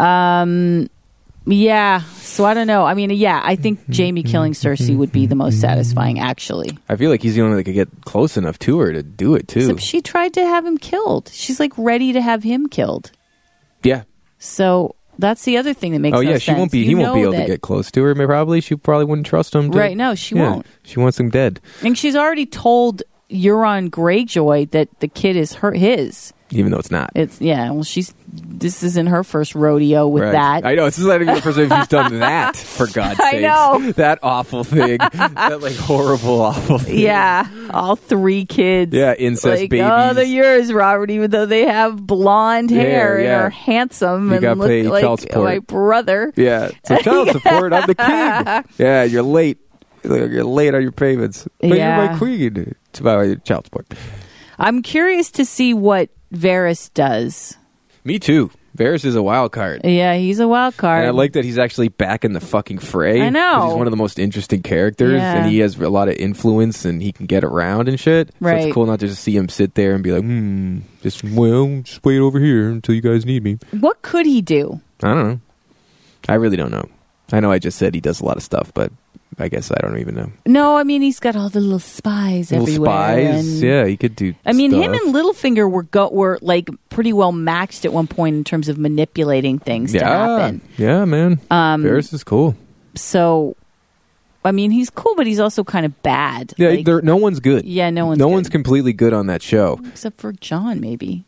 [SPEAKER 2] Um, yeah. So I don't know. I mean, yeah, I think Jamie killing Cersei would be the most satisfying, actually.
[SPEAKER 1] I feel like he's the only one that could get close enough to her to do it too.
[SPEAKER 2] Except she tried to have him killed. She's like ready to have him killed.
[SPEAKER 1] yeah.
[SPEAKER 2] So that's the other thing that makes.
[SPEAKER 1] Oh
[SPEAKER 2] no
[SPEAKER 1] yeah, she won't
[SPEAKER 2] sense.
[SPEAKER 1] be.
[SPEAKER 2] You
[SPEAKER 1] he won't be
[SPEAKER 2] know
[SPEAKER 1] able to
[SPEAKER 2] that-
[SPEAKER 1] get close to her. may- Probably she probably wouldn't trust him. To,
[SPEAKER 2] Right, no, she
[SPEAKER 1] Yeah.
[SPEAKER 2] won't.
[SPEAKER 1] She wants him dead.
[SPEAKER 2] And she's already told Euron Greyjoy that the kid is her his.
[SPEAKER 1] Even though it's not.
[SPEAKER 2] It's yeah. Well, she's this isn't her first rodeo with
[SPEAKER 1] Right.
[SPEAKER 2] that.
[SPEAKER 1] I know. This is not even the first time she's done that. For God's
[SPEAKER 2] I
[SPEAKER 1] sake,
[SPEAKER 2] know.
[SPEAKER 1] that awful thing, that like horrible, awful thing.
[SPEAKER 2] yeah, all three kids.
[SPEAKER 1] Yeah, incest
[SPEAKER 2] like,
[SPEAKER 1] babies.
[SPEAKER 2] Oh, they're yours, Robert. Even though they have blonde hair
[SPEAKER 1] Yeah, yeah.
[SPEAKER 2] and are handsome
[SPEAKER 1] You gotta
[SPEAKER 2] and look
[SPEAKER 1] pay
[SPEAKER 2] like
[SPEAKER 1] child support.
[SPEAKER 2] my brother.
[SPEAKER 1] Yeah. So child support. I'm the king. Yeah, you're late. You're late on your payments. But you're
[SPEAKER 2] Yeah.
[SPEAKER 1] my queen. It's about child support.
[SPEAKER 2] I'm curious to see what Varys does.
[SPEAKER 1] Me too. Varys is a wild card.
[SPEAKER 2] Yeah, he's a wild card.
[SPEAKER 1] And I like that he's actually back in the fucking fray.
[SPEAKER 2] I know.
[SPEAKER 1] 'Cause He's one of the most interesting characters,
[SPEAKER 2] Yeah.
[SPEAKER 1] and he has a lot of influence, and he can get around and shit. So
[SPEAKER 2] Right.
[SPEAKER 1] it's cool not to just see him sit there and be like, hmm, just, well, just wait over here until you guys need me.
[SPEAKER 2] what could he do?
[SPEAKER 1] I don't know. I really don't know. I know I just said he does a lot of stuff, but I guess I don't even know.
[SPEAKER 2] No, I mean he's got all the little spies
[SPEAKER 1] Little
[SPEAKER 2] everywhere.
[SPEAKER 1] spies.
[SPEAKER 2] and-
[SPEAKER 1] Yeah, he could do
[SPEAKER 2] I mean, him
[SPEAKER 1] stuff.
[SPEAKER 2] and Littlefinger were go- were like pretty well matched at one point in terms of manipulating things to happen.
[SPEAKER 1] Yeah, man.
[SPEAKER 2] Um,
[SPEAKER 1] Varys is cool.
[SPEAKER 2] So, I mean, he's cool, but he's also kind of bad.
[SPEAKER 1] Yeah,
[SPEAKER 2] Like,
[SPEAKER 1] there, no one's good.
[SPEAKER 2] yeah, no one's
[SPEAKER 1] no
[SPEAKER 2] good.
[SPEAKER 1] one's completely good on that show.
[SPEAKER 2] except for John, maybe.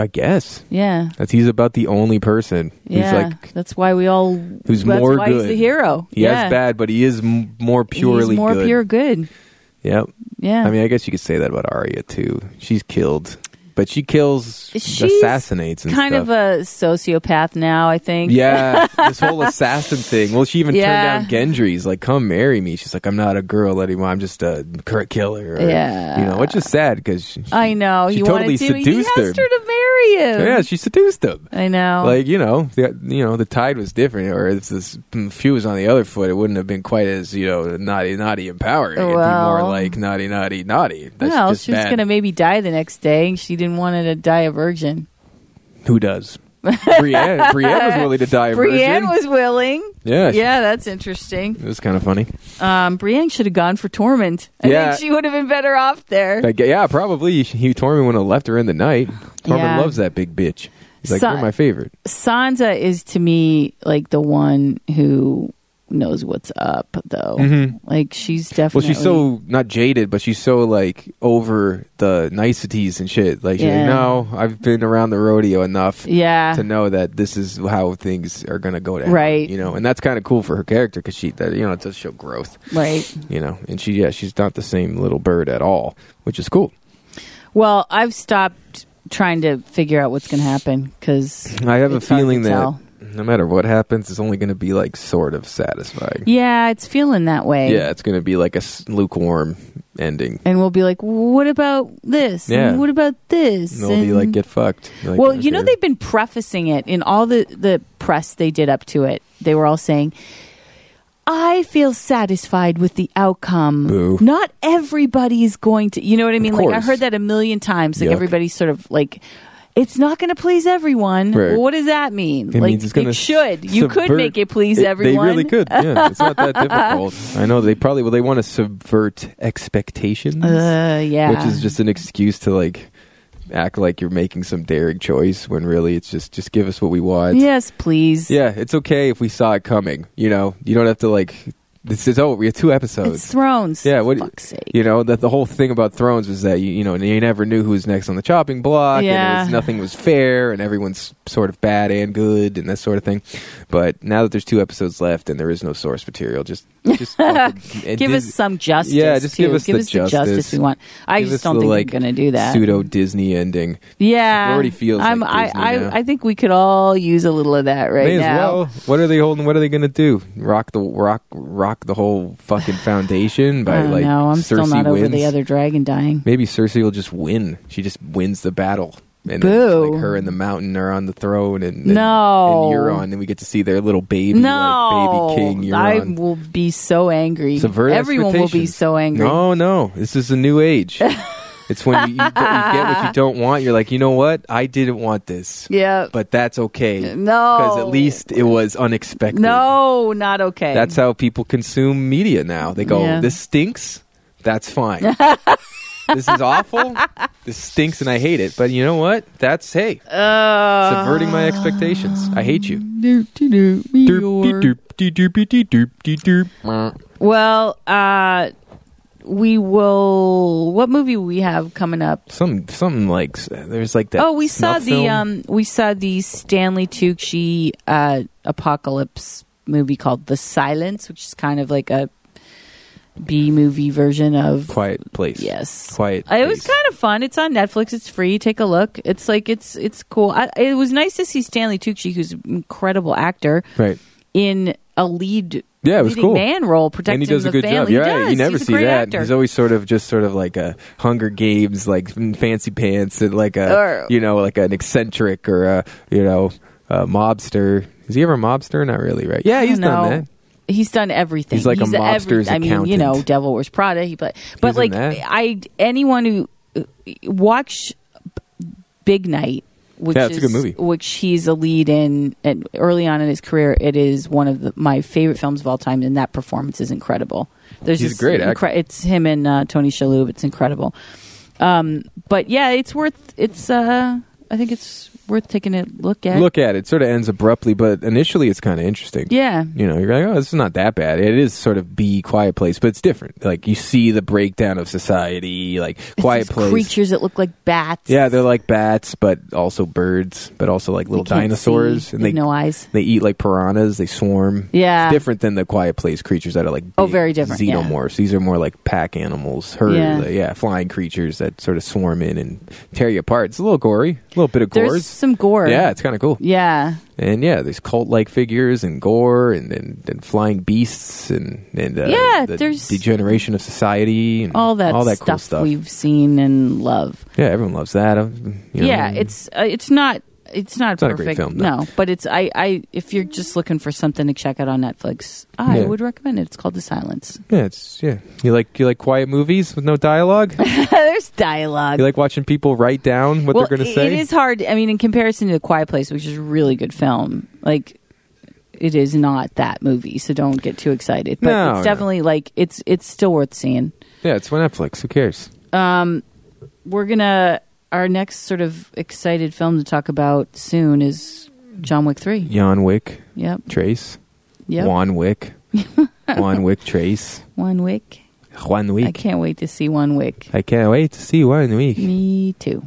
[SPEAKER 1] I guess
[SPEAKER 2] Yeah,
[SPEAKER 1] that's he's about the only person who's
[SPEAKER 2] yeah.
[SPEAKER 1] like
[SPEAKER 2] that's why we all.
[SPEAKER 1] who's
[SPEAKER 2] that's
[SPEAKER 1] more
[SPEAKER 2] why
[SPEAKER 1] good.
[SPEAKER 2] He's the hero.
[SPEAKER 1] He
[SPEAKER 2] yeah.
[SPEAKER 1] is bad, but he is m- more purely
[SPEAKER 2] He's more
[SPEAKER 1] good.
[SPEAKER 2] pure good.
[SPEAKER 1] Yep.
[SPEAKER 2] Yeah.
[SPEAKER 1] I mean, I guess you could say that about Arya too. She's killed, but she kills,
[SPEAKER 2] She's
[SPEAKER 1] assassinates, and
[SPEAKER 2] kind
[SPEAKER 1] stuff.
[SPEAKER 2] of a sociopath now. I think.
[SPEAKER 1] Yeah, this whole assassin thing. Well, she even
[SPEAKER 2] Yeah.
[SPEAKER 1] turned down Gendry's like, "Come marry me." She's like, "I'm not a girl anymore. I'm just a cur- killer." Or,
[SPEAKER 2] Yeah.
[SPEAKER 1] you know, which is sad because
[SPEAKER 2] I know.
[SPEAKER 1] She
[SPEAKER 2] he
[SPEAKER 1] totally
[SPEAKER 2] wanted to. he
[SPEAKER 1] seduced
[SPEAKER 2] asked
[SPEAKER 1] her.
[SPEAKER 2] her to marry him.
[SPEAKER 1] yeah, she seduced him.
[SPEAKER 2] I know.
[SPEAKER 1] Like you know, the, you know, the tide was different, or if, this, if she was on the other foot, it wouldn't have been quite as you know naughty, naughty, empowering. It'd be more
[SPEAKER 2] Well.
[SPEAKER 1] like naughty, naughty, naughty. That's
[SPEAKER 2] well,
[SPEAKER 1] just
[SPEAKER 2] she was
[SPEAKER 1] bad.
[SPEAKER 2] going to maybe die the next day. She didn't want her to die a virgin.
[SPEAKER 1] Who does? Brienne, Brienne was willing to die. a
[SPEAKER 2] Brienne
[SPEAKER 1] virgin.
[SPEAKER 2] was willing.
[SPEAKER 1] Yeah, she-
[SPEAKER 2] Yeah, that's interesting.
[SPEAKER 1] It was kind of funny.
[SPEAKER 2] Um, Brienne should have gone for Torment. I
[SPEAKER 1] Yeah.
[SPEAKER 2] think she would have been better off there.
[SPEAKER 1] Like, yeah, probably. He Tormund would have left her in the night. Tormund
[SPEAKER 2] Yeah.
[SPEAKER 1] loves that big bitch. He's like,
[SPEAKER 2] So-
[SPEAKER 1] you're my favorite.
[SPEAKER 2] Sansa is to me like the one who knows what's up, though. Like she's
[SPEAKER 1] Mm-hmm. Well,
[SPEAKER 2] definitely
[SPEAKER 1] she's so not jaded, but she's so like over the niceties and shit. Like, she's like,
[SPEAKER 2] Yeah.
[SPEAKER 1] no, I've been around the rodeo enough
[SPEAKER 2] yeah.
[SPEAKER 1] to know that this is how things are gonna go down.
[SPEAKER 2] Right.
[SPEAKER 1] You know, and that's kind of cool for her character because she, that you know, it does show growth.
[SPEAKER 2] Right.
[SPEAKER 1] You know, and she, yeah, she's not the same little bird at all, which is cool.
[SPEAKER 2] Well, I've stopped trying to figure out what's going to happen because
[SPEAKER 1] I have a feeling that no matter what happens, it's only going to be like sort of satisfying.
[SPEAKER 2] Yeah, it's feeling that way.
[SPEAKER 1] Yeah, it's going to be like a s- lukewarm ending.
[SPEAKER 2] And we'll be like, what about this?
[SPEAKER 1] Yeah.
[SPEAKER 2] And what about this?
[SPEAKER 1] And they'll be like,
[SPEAKER 2] And-
[SPEAKER 1] get fucked. You're like,
[SPEAKER 2] well,
[SPEAKER 1] "I don't
[SPEAKER 2] you know
[SPEAKER 1] care."
[SPEAKER 2] they've been prefacing it in all the the press they did up to it. They were all saying, "I feel satisfied with the outcome.
[SPEAKER 1] Boo.
[SPEAKER 2] Not everybody is going to, you know what I mean? Like I
[SPEAKER 1] course.
[SPEAKER 2] heard that a million times. Like
[SPEAKER 1] Yuck.
[SPEAKER 2] everybody's sort of like." It's not going to please everyone.
[SPEAKER 1] Right.
[SPEAKER 2] Well, what does that mean?
[SPEAKER 1] It
[SPEAKER 2] like
[SPEAKER 1] means it's gonna
[SPEAKER 2] it should.
[SPEAKER 1] s-
[SPEAKER 2] You could
[SPEAKER 1] subvert-
[SPEAKER 2] make it please
[SPEAKER 1] It-
[SPEAKER 2] everyone.
[SPEAKER 1] They really could. Yeah, it's not that difficult. I know they probably well they want to subvert expectations,
[SPEAKER 2] Uh, yeah.
[SPEAKER 1] which is just an excuse to like act like you're making some daring choice when really it's just just give us what we want.
[SPEAKER 2] yes, please.
[SPEAKER 1] Yeah, it's okay if we saw it coming. You know, you don't have to like. This is oh, we have two episodes.
[SPEAKER 2] It's Thrones.
[SPEAKER 1] Yeah, what-
[SPEAKER 2] For fuck's sake.
[SPEAKER 1] you know that the whole thing about Thrones was that you, you know you never knew who was next on the chopping block,
[SPEAKER 2] Yeah.
[SPEAKER 1] and it was, nothing was fair, and everyone's sort of bad and good, and that sort of thing. But now that there's two episodes left and there is no source material, just just fucking-
[SPEAKER 2] give
[SPEAKER 1] Dis-
[SPEAKER 2] us some justice.
[SPEAKER 1] Yeah, just
[SPEAKER 2] too.
[SPEAKER 1] give us the justice.
[SPEAKER 2] we want. I
[SPEAKER 1] give us
[SPEAKER 2] just don't
[SPEAKER 1] the,
[SPEAKER 2] think
[SPEAKER 1] like,
[SPEAKER 2] we're going to do that.
[SPEAKER 1] pseudo Disney ending.
[SPEAKER 2] yeah,
[SPEAKER 1] It already feels
[SPEAKER 2] I'm,
[SPEAKER 1] like
[SPEAKER 2] I,
[SPEAKER 1] Disney
[SPEAKER 2] I,
[SPEAKER 1] now.
[SPEAKER 2] I think we could all use a little of that right
[SPEAKER 1] May as
[SPEAKER 2] now.
[SPEAKER 1] well. What are they holding? What are they going to do? Rock the rock rock the whole fucking foundation by
[SPEAKER 2] I don't
[SPEAKER 1] like
[SPEAKER 2] know. I'm
[SPEAKER 1] Cersei
[SPEAKER 2] still not
[SPEAKER 1] wins.
[SPEAKER 2] over the other dragon dying.
[SPEAKER 1] Maybe Cersei will just win. She just wins the battle. And
[SPEAKER 2] Boo.
[SPEAKER 1] then it's like her and the mountain are on the throne, and, and
[SPEAKER 2] No.
[SPEAKER 1] and Euron, and we get to see their little baby,
[SPEAKER 2] no,
[SPEAKER 1] like baby king
[SPEAKER 2] I
[SPEAKER 1] Euron.
[SPEAKER 2] will be so angry.
[SPEAKER 1] Subvert
[SPEAKER 2] Everyone will be
[SPEAKER 1] expectations.
[SPEAKER 2] so angry.
[SPEAKER 1] No, no, this is a new age. it's when you, you, don't- you get what you don't want. You're like, you know what? I didn't want this,
[SPEAKER 2] Yeah,
[SPEAKER 1] but that's okay.
[SPEAKER 2] No.
[SPEAKER 1] because at least it was unexpected.
[SPEAKER 2] no, not okay.
[SPEAKER 1] That's how people consume media now. They go,
[SPEAKER 2] Yeah.
[SPEAKER 1] this stinks. That's fine. this is awful. This stinks and I hate it. But you know what? That's, hey,
[SPEAKER 2] uh,
[SPEAKER 1] subverting my expectations. I hate you.
[SPEAKER 2] Eeyore. Well, uh, we will. What movie we have coming up?
[SPEAKER 1] Some, something like there's like that.
[SPEAKER 2] oh, we saw
[SPEAKER 1] snuff
[SPEAKER 2] the
[SPEAKER 1] film.
[SPEAKER 2] um, we saw the Stanley Tucci uh, apocalypse movie called The Silence, which is kind of like a B movie version of.
[SPEAKER 1] quiet place.
[SPEAKER 2] um, Yes.
[SPEAKER 1] quiet.
[SPEAKER 2] It was
[SPEAKER 1] place.
[SPEAKER 2] kind of fun. It's on Netflix. It's free. Take a look. It's like it's it's cool. I, it was nice to see Stanley Tucci, who's an incredible actor,
[SPEAKER 1] right.
[SPEAKER 2] in a lead
[SPEAKER 1] Yeah, it was
[SPEAKER 2] leading
[SPEAKER 1] cool.
[SPEAKER 2] man role, protecting
[SPEAKER 1] And he does
[SPEAKER 2] the
[SPEAKER 1] a good job.
[SPEAKER 2] family.
[SPEAKER 1] You're
[SPEAKER 2] He
[SPEAKER 1] right.
[SPEAKER 2] does.
[SPEAKER 1] You never
[SPEAKER 2] He's a
[SPEAKER 1] see
[SPEAKER 2] great
[SPEAKER 1] that.
[SPEAKER 2] actor.
[SPEAKER 1] He's always sort of just sort of like a Hunger Games, like mm, fancy pants, and like a
[SPEAKER 2] Or-
[SPEAKER 1] you know, like an eccentric or a you know, a mobster. Is he ever a mobster? Not really, right? Yeah,
[SPEAKER 2] I
[SPEAKER 1] he's
[SPEAKER 2] don't
[SPEAKER 1] done
[SPEAKER 2] know.
[SPEAKER 1] that.
[SPEAKER 2] He's done everything.
[SPEAKER 1] He's like a
[SPEAKER 2] a
[SPEAKER 1] mobster's
[SPEAKER 2] I mean, you
[SPEAKER 1] accountant.
[SPEAKER 2] know, Devil Wears Prada. He but
[SPEAKER 1] He's
[SPEAKER 2] but
[SPEAKER 1] in
[SPEAKER 2] like
[SPEAKER 1] that.
[SPEAKER 2] I anyone who uh, watch Big Night, which
[SPEAKER 1] Yeah, it's a good
[SPEAKER 2] is
[SPEAKER 1] movie.
[SPEAKER 2] which he's a lead in, and early on in his career, it is one of the, my favorite films of all time, and that performance is incredible. There's
[SPEAKER 1] He's a
[SPEAKER 2] just
[SPEAKER 1] great actor.
[SPEAKER 2] It's him and uh, Tony Shalhoub. It's incredible. Um, but yeah, it's worth. It's uh, I think it's worth taking a look at.
[SPEAKER 1] Look at it. Sort of ends abruptly, but initially it's kind of interesting.
[SPEAKER 2] yeah,
[SPEAKER 1] You know, you're like, oh, this is not that bad. It is sort of B Quiet Place, but it's different. Like you see the breakdown of society, like Quiet
[SPEAKER 2] These
[SPEAKER 1] Place.
[SPEAKER 2] creatures that look like bats.
[SPEAKER 1] Yeah, they're like bats, but also birds, but also like little
[SPEAKER 2] They can't
[SPEAKER 1] dinosaurs,
[SPEAKER 2] see. They have no eyes.
[SPEAKER 1] They eat like piranhas. They swarm.
[SPEAKER 2] Yeah.
[SPEAKER 1] It's different than the quiet place creatures that are like
[SPEAKER 2] Oh,
[SPEAKER 1] big
[SPEAKER 2] very different, yeah.
[SPEAKER 1] xenomorphs. These are more like pack animals, herd, uh,
[SPEAKER 2] Yeah.
[SPEAKER 1] yeah. flying creatures that sort of swarm in and tear you apart. It's a little gory, a little bit of
[SPEAKER 2] There's
[SPEAKER 1] gore.
[SPEAKER 2] some gore.
[SPEAKER 1] Yeah, it's kind of cool.
[SPEAKER 2] Yeah.
[SPEAKER 1] And yeah, there's cult-like figures and gore and and, and flying beasts and and uh,
[SPEAKER 2] Yeah,
[SPEAKER 1] the
[SPEAKER 2] there's-
[SPEAKER 1] degeneration of society and
[SPEAKER 2] All that,
[SPEAKER 1] all that
[SPEAKER 2] stuff,
[SPEAKER 1] cool stuff.
[SPEAKER 2] we've seen and love.
[SPEAKER 1] yeah, everyone loves that. Um, you know.
[SPEAKER 2] Yeah, it's uh, it's not it's not
[SPEAKER 1] not a
[SPEAKER 2] perfect.
[SPEAKER 1] great film,
[SPEAKER 2] no.
[SPEAKER 1] no.
[SPEAKER 2] but it's I I if you're just looking for something to check out on Netflix, I
[SPEAKER 1] Yeah.
[SPEAKER 2] would recommend it. It's called The Silence.
[SPEAKER 1] Yeah, it's yeah. You like you like quiet movies with no dialogue. you
[SPEAKER 2] There's dialogue.
[SPEAKER 1] like watching people write down what
[SPEAKER 2] well,
[SPEAKER 1] they're going
[SPEAKER 2] it-
[SPEAKER 1] to say.
[SPEAKER 2] it is hard. I mean, in comparison to The Quiet Place, which is a really good film, like it is not that movie, so don't get too excited. But
[SPEAKER 1] No,
[SPEAKER 2] it's
[SPEAKER 1] no.
[SPEAKER 2] definitely like it's it's still worth seeing.
[SPEAKER 1] yeah, it's on Netflix. Who cares?
[SPEAKER 2] Um, we're gonna our next sort of excited film to talk about soon is John Wick three.
[SPEAKER 1] Jan Wick,
[SPEAKER 2] Yep,
[SPEAKER 1] Trace,
[SPEAKER 2] yep.
[SPEAKER 1] Juan Wick, Juan Wick, Trace,
[SPEAKER 2] One Wick.
[SPEAKER 1] Juan
[SPEAKER 2] I
[SPEAKER 1] Wick.
[SPEAKER 2] can't wait to see One Wick.
[SPEAKER 1] I can't wait to see Juan Wick.
[SPEAKER 2] Me too.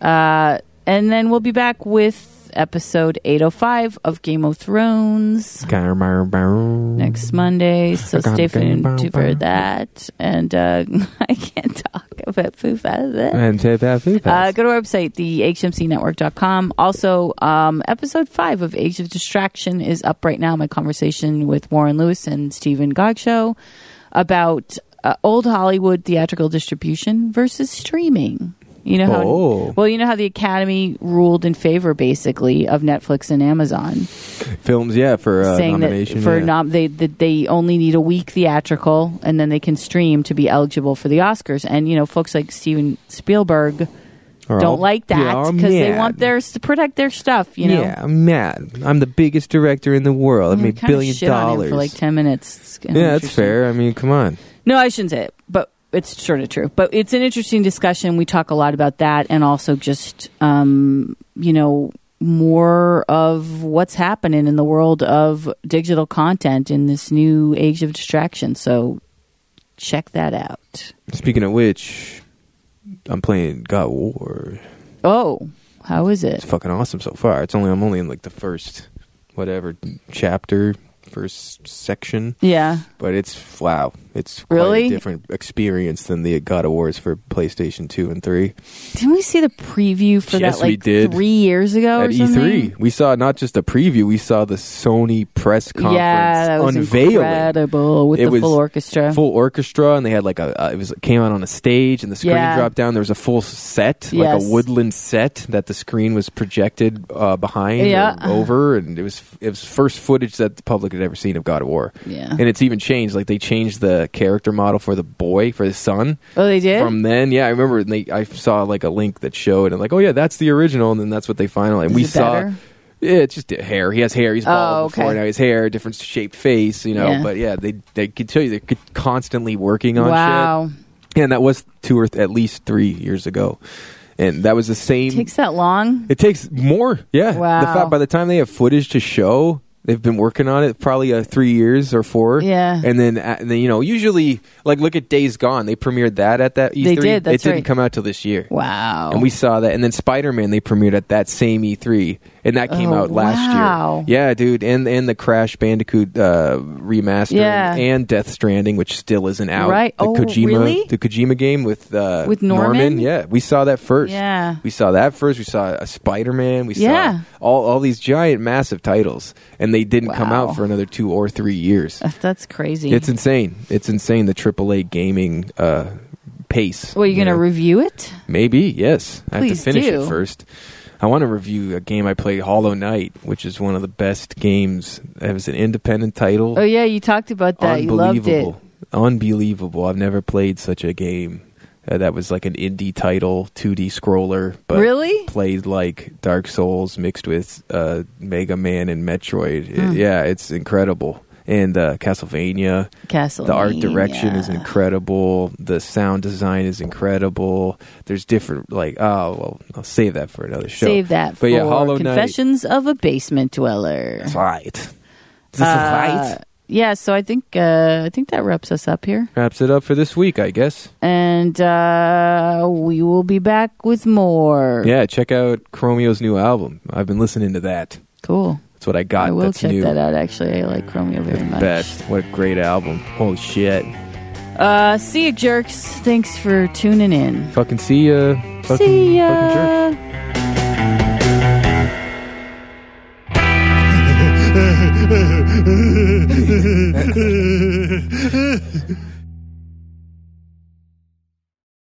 [SPEAKER 2] Uh, and then we'll be back with episode eight hundred five of Game of Thrones next Monday. So
[SPEAKER 1] I got
[SPEAKER 2] stay
[SPEAKER 1] a game
[SPEAKER 2] tuned
[SPEAKER 1] about
[SPEAKER 2] to- for
[SPEAKER 1] that.
[SPEAKER 2] that. And uh, I can't talk about. fat foo fat. bleh.
[SPEAKER 1] And tip out food
[SPEAKER 2] Uh,
[SPEAKER 1] fast.
[SPEAKER 2] go to our website, thehmcnetwork.com. Also, um, episode five of Age of Distraction is up right now. My conversation with Warren Lewis and Stephen Gog show about uh, old Hollywood theatrical distribution versus streaming. You know how
[SPEAKER 1] Oh.
[SPEAKER 2] well you know how the Academy ruled in favor basically of Netflix and Amazon,
[SPEAKER 1] Films, yeah, for uh,
[SPEAKER 2] saying that
[SPEAKER 1] nomination.
[SPEAKER 2] for
[SPEAKER 1] yeah.
[SPEAKER 2] nom- they that they only need a week theatrical and then they can stream to be eligible for the Oscars. And you know, folks like Steven Spielberg
[SPEAKER 1] Or I'll-
[SPEAKER 2] don't like
[SPEAKER 1] yeah,
[SPEAKER 2] that
[SPEAKER 1] I'm
[SPEAKER 2] because they
[SPEAKER 1] mad.
[SPEAKER 2] want theirs to protect their stuff. You know,
[SPEAKER 1] Yeah, I'm mad. I'm the biggest director in the world. I
[SPEAKER 2] We
[SPEAKER 1] made
[SPEAKER 2] kinda
[SPEAKER 1] billion
[SPEAKER 2] shit on him
[SPEAKER 1] dollars.
[SPEAKER 2] for like ten minutes. It's kinda
[SPEAKER 1] yeah, that's
[SPEAKER 2] interesting.
[SPEAKER 1] fair. I mean, come on.
[SPEAKER 2] No, I shouldn't say it, but it's sort of true. But it's an interesting discussion. We talk a lot about that, and also just um, you know more of what's happening in the world of digital content in this new age of distraction. So check that out.
[SPEAKER 1] Speaking of which, I'm playing God of War.
[SPEAKER 2] Oh, how is it?
[SPEAKER 1] It's fucking awesome so far. It's only I'm only in like the first whatever chapter, first section,
[SPEAKER 2] Yeah.
[SPEAKER 1] but it's wow. It's quite a
[SPEAKER 2] Really?
[SPEAKER 1] different experience than the God of Wars for PlayStation 2 and 3.
[SPEAKER 2] Didn't we see the preview for
[SPEAKER 1] Yes,
[SPEAKER 2] that
[SPEAKER 1] we
[SPEAKER 2] like
[SPEAKER 1] did.
[SPEAKER 2] three years ago
[SPEAKER 1] At E
[SPEAKER 2] or something?
[SPEAKER 1] E3, we saw not just a preview, we saw the Sony press conference
[SPEAKER 2] yeah, that was
[SPEAKER 1] unveiling.
[SPEAKER 2] incredible with
[SPEAKER 1] It
[SPEAKER 2] the
[SPEAKER 1] was
[SPEAKER 2] full orchestra.
[SPEAKER 1] full orchestra and they had like a uh, it was it came out on a stage and the screen
[SPEAKER 2] Yeah.
[SPEAKER 1] dropped down there was a full set like
[SPEAKER 2] Yes.
[SPEAKER 1] a woodland set that the screen was projected uh, behind or
[SPEAKER 2] Yeah.
[SPEAKER 1] over and it was it was first footage that the public had ever seen of God of War
[SPEAKER 2] yeah.
[SPEAKER 1] and it's even changed like they changed the character model for the boy for his son
[SPEAKER 2] oh, they did.
[SPEAKER 1] from then yeah I remember and they I saw like a link that showed and like oh yeah that's the original and then that's what they finally and
[SPEAKER 2] Is
[SPEAKER 1] we
[SPEAKER 2] it
[SPEAKER 1] saw
[SPEAKER 2] better?
[SPEAKER 1] yeah, it's just hair. He has hair. He's bald
[SPEAKER 2] Oh,
[SPEAKER 1] before
[SPEAKER 2] okay.
[SPEAKER 1] now. He's hair, different shaped face, you know.
[SPEAKER 2] Yeah.
[SPEAKER 1] But yeah, they they could tell you they're co- constantly working on
[SPEAKER 2] wow.
[SPEAKER 1] shit. And that was two or th- at least three years ago, and that was the same.
[SPEAKER 2] Takes that long?
[SPEAKER 1] it takes more. Yeah.
[SPEAKER 2] Wow.
[SPEAKER 1] The fact by the time they have footage to show, they've been working on it probably uh, three years or four.
[SPEAKER 2] Yeah.
[SPEAKER 1] And then uh, and then you know usually like look at Days Gone. They premiered that at that E3.
[SPEAKER 2] They did,
[SPEAKER 1] it
[SPEAKER 2] that's
[SPEAKER 1] didn't
[SPEAKER 2] right.
[SPEAKER 1] come out till this year.
[SPEAKER 2] Wow.
[SPEAKER 1] And we saw that. And then Spider Man they premiered at that same E3, and that came
[SPEAKER 2] Oh,
[SPEAKER 1] out last
[SPEAKER 2] wow.
[SPEAKER 1] year. Yeah, dude. And and the Crash Bandicoot uh, remaster
[SPEAKER 2] Yeah.
[SPEAKER 1] and Death Stranding, which still isn't out.
[SPEAKER 2] Right.
[SPEAKER 1] The
[SPEAKER 2] Oh,
[SPEAKER 1] Kojima,
[SPEAKER 2] really?
[SPEAKER 1] the Kojima game with uh,
[SPEAKER 2] With Norman?
[SPEAKER 1] Yeah, we saw that first.
[SPEAKER 2] Yeah.
[SPEAKER 1] we saw that first. We saw a Spider Man. We
[SPEAKER 2] Yeah.
[SPEAKER 1] saw all all these giant, massive titles, and they didn't come
[SPEAKER 2] Wow.
[SPEAKER 1] out for another two or three years.
[SPEAKER 2] Ugh, That's crazy.
[SPEAKER 1] It's insane. It's insane. The AAA gaming uh, pace.
[SPEAKER 2] well, you're going to
[SPEAKER 1] know?
[SPEAKER 2] review it?
[SPEAKER 1] Maybe, yes. I have
[SPEAKER 2] Please
[SPEAKER 1] to finish
[SPEAKER 2] do.
[SPEAKER 1] it first. I want to review a game I played, Hollow Knight, which is one of the best games. It was an independent title.
[SPEAKER 2] Oh, yeah. You talked about that. You loved it.
[SPEAKER 1] Unbelievable. Unbelievable. I've never played such a game uh, that was like an indie title, 2D scroller, but
[SPEAKER 2] Really?
[SPEAKER 1] played like Dark Souls mixed with uh, Mega Man and Metroid. It-
[SPEAKER 2] Hmm.
[SPEAKER 1] yeah, it's incredible. And uh, Castlevania.
[SPEAKER 2] Castle.
[SPEAKER 1] The art direction is incredible. The sound design is incredible. There's different like oh well, I'll save that for another show.
[SPEAKER 2] Save that
[SPEAKER 1] But
[SPEAKER 2] for
[SPEAKER 1] yeah, Hollow Knight-
[SPEAKER 2] Confessions of a Basement Dweller.
[SPEAKER 1] That's right. Is this
[SPEAKER 2] Uh, yeah, so I think uh, I think that wraps us up here,
[SPEAKER 1] Wraps it up for this week, I guess.
[SPEAKER 2] and uh, we will be back with more.
[SPEAKER 1] Yeah, check out Chromio's new album. I've been listening to that.
[SPEAKER 2] cool.
[SPEAKER 1] That's what I got.
[SPEAKER 2] I will
[SPEAKER 1] That's
[SPEAKER 2] check
[SPEAKER 1] new.
[SPEAKER 2] that out. Actually, I like Chromeo very much.
[SPEAKER 1] Best. What a great album. Holy shit.
[SPEAKER 2] Uh, see you, jerks. Thanks for tuning in.
[SPEAKER 1] Fucking see ya. Fucking, Fucking
[SPEAKER 2] see
[SPEAKER 1] jerk.
[SPEAKER 2] ya.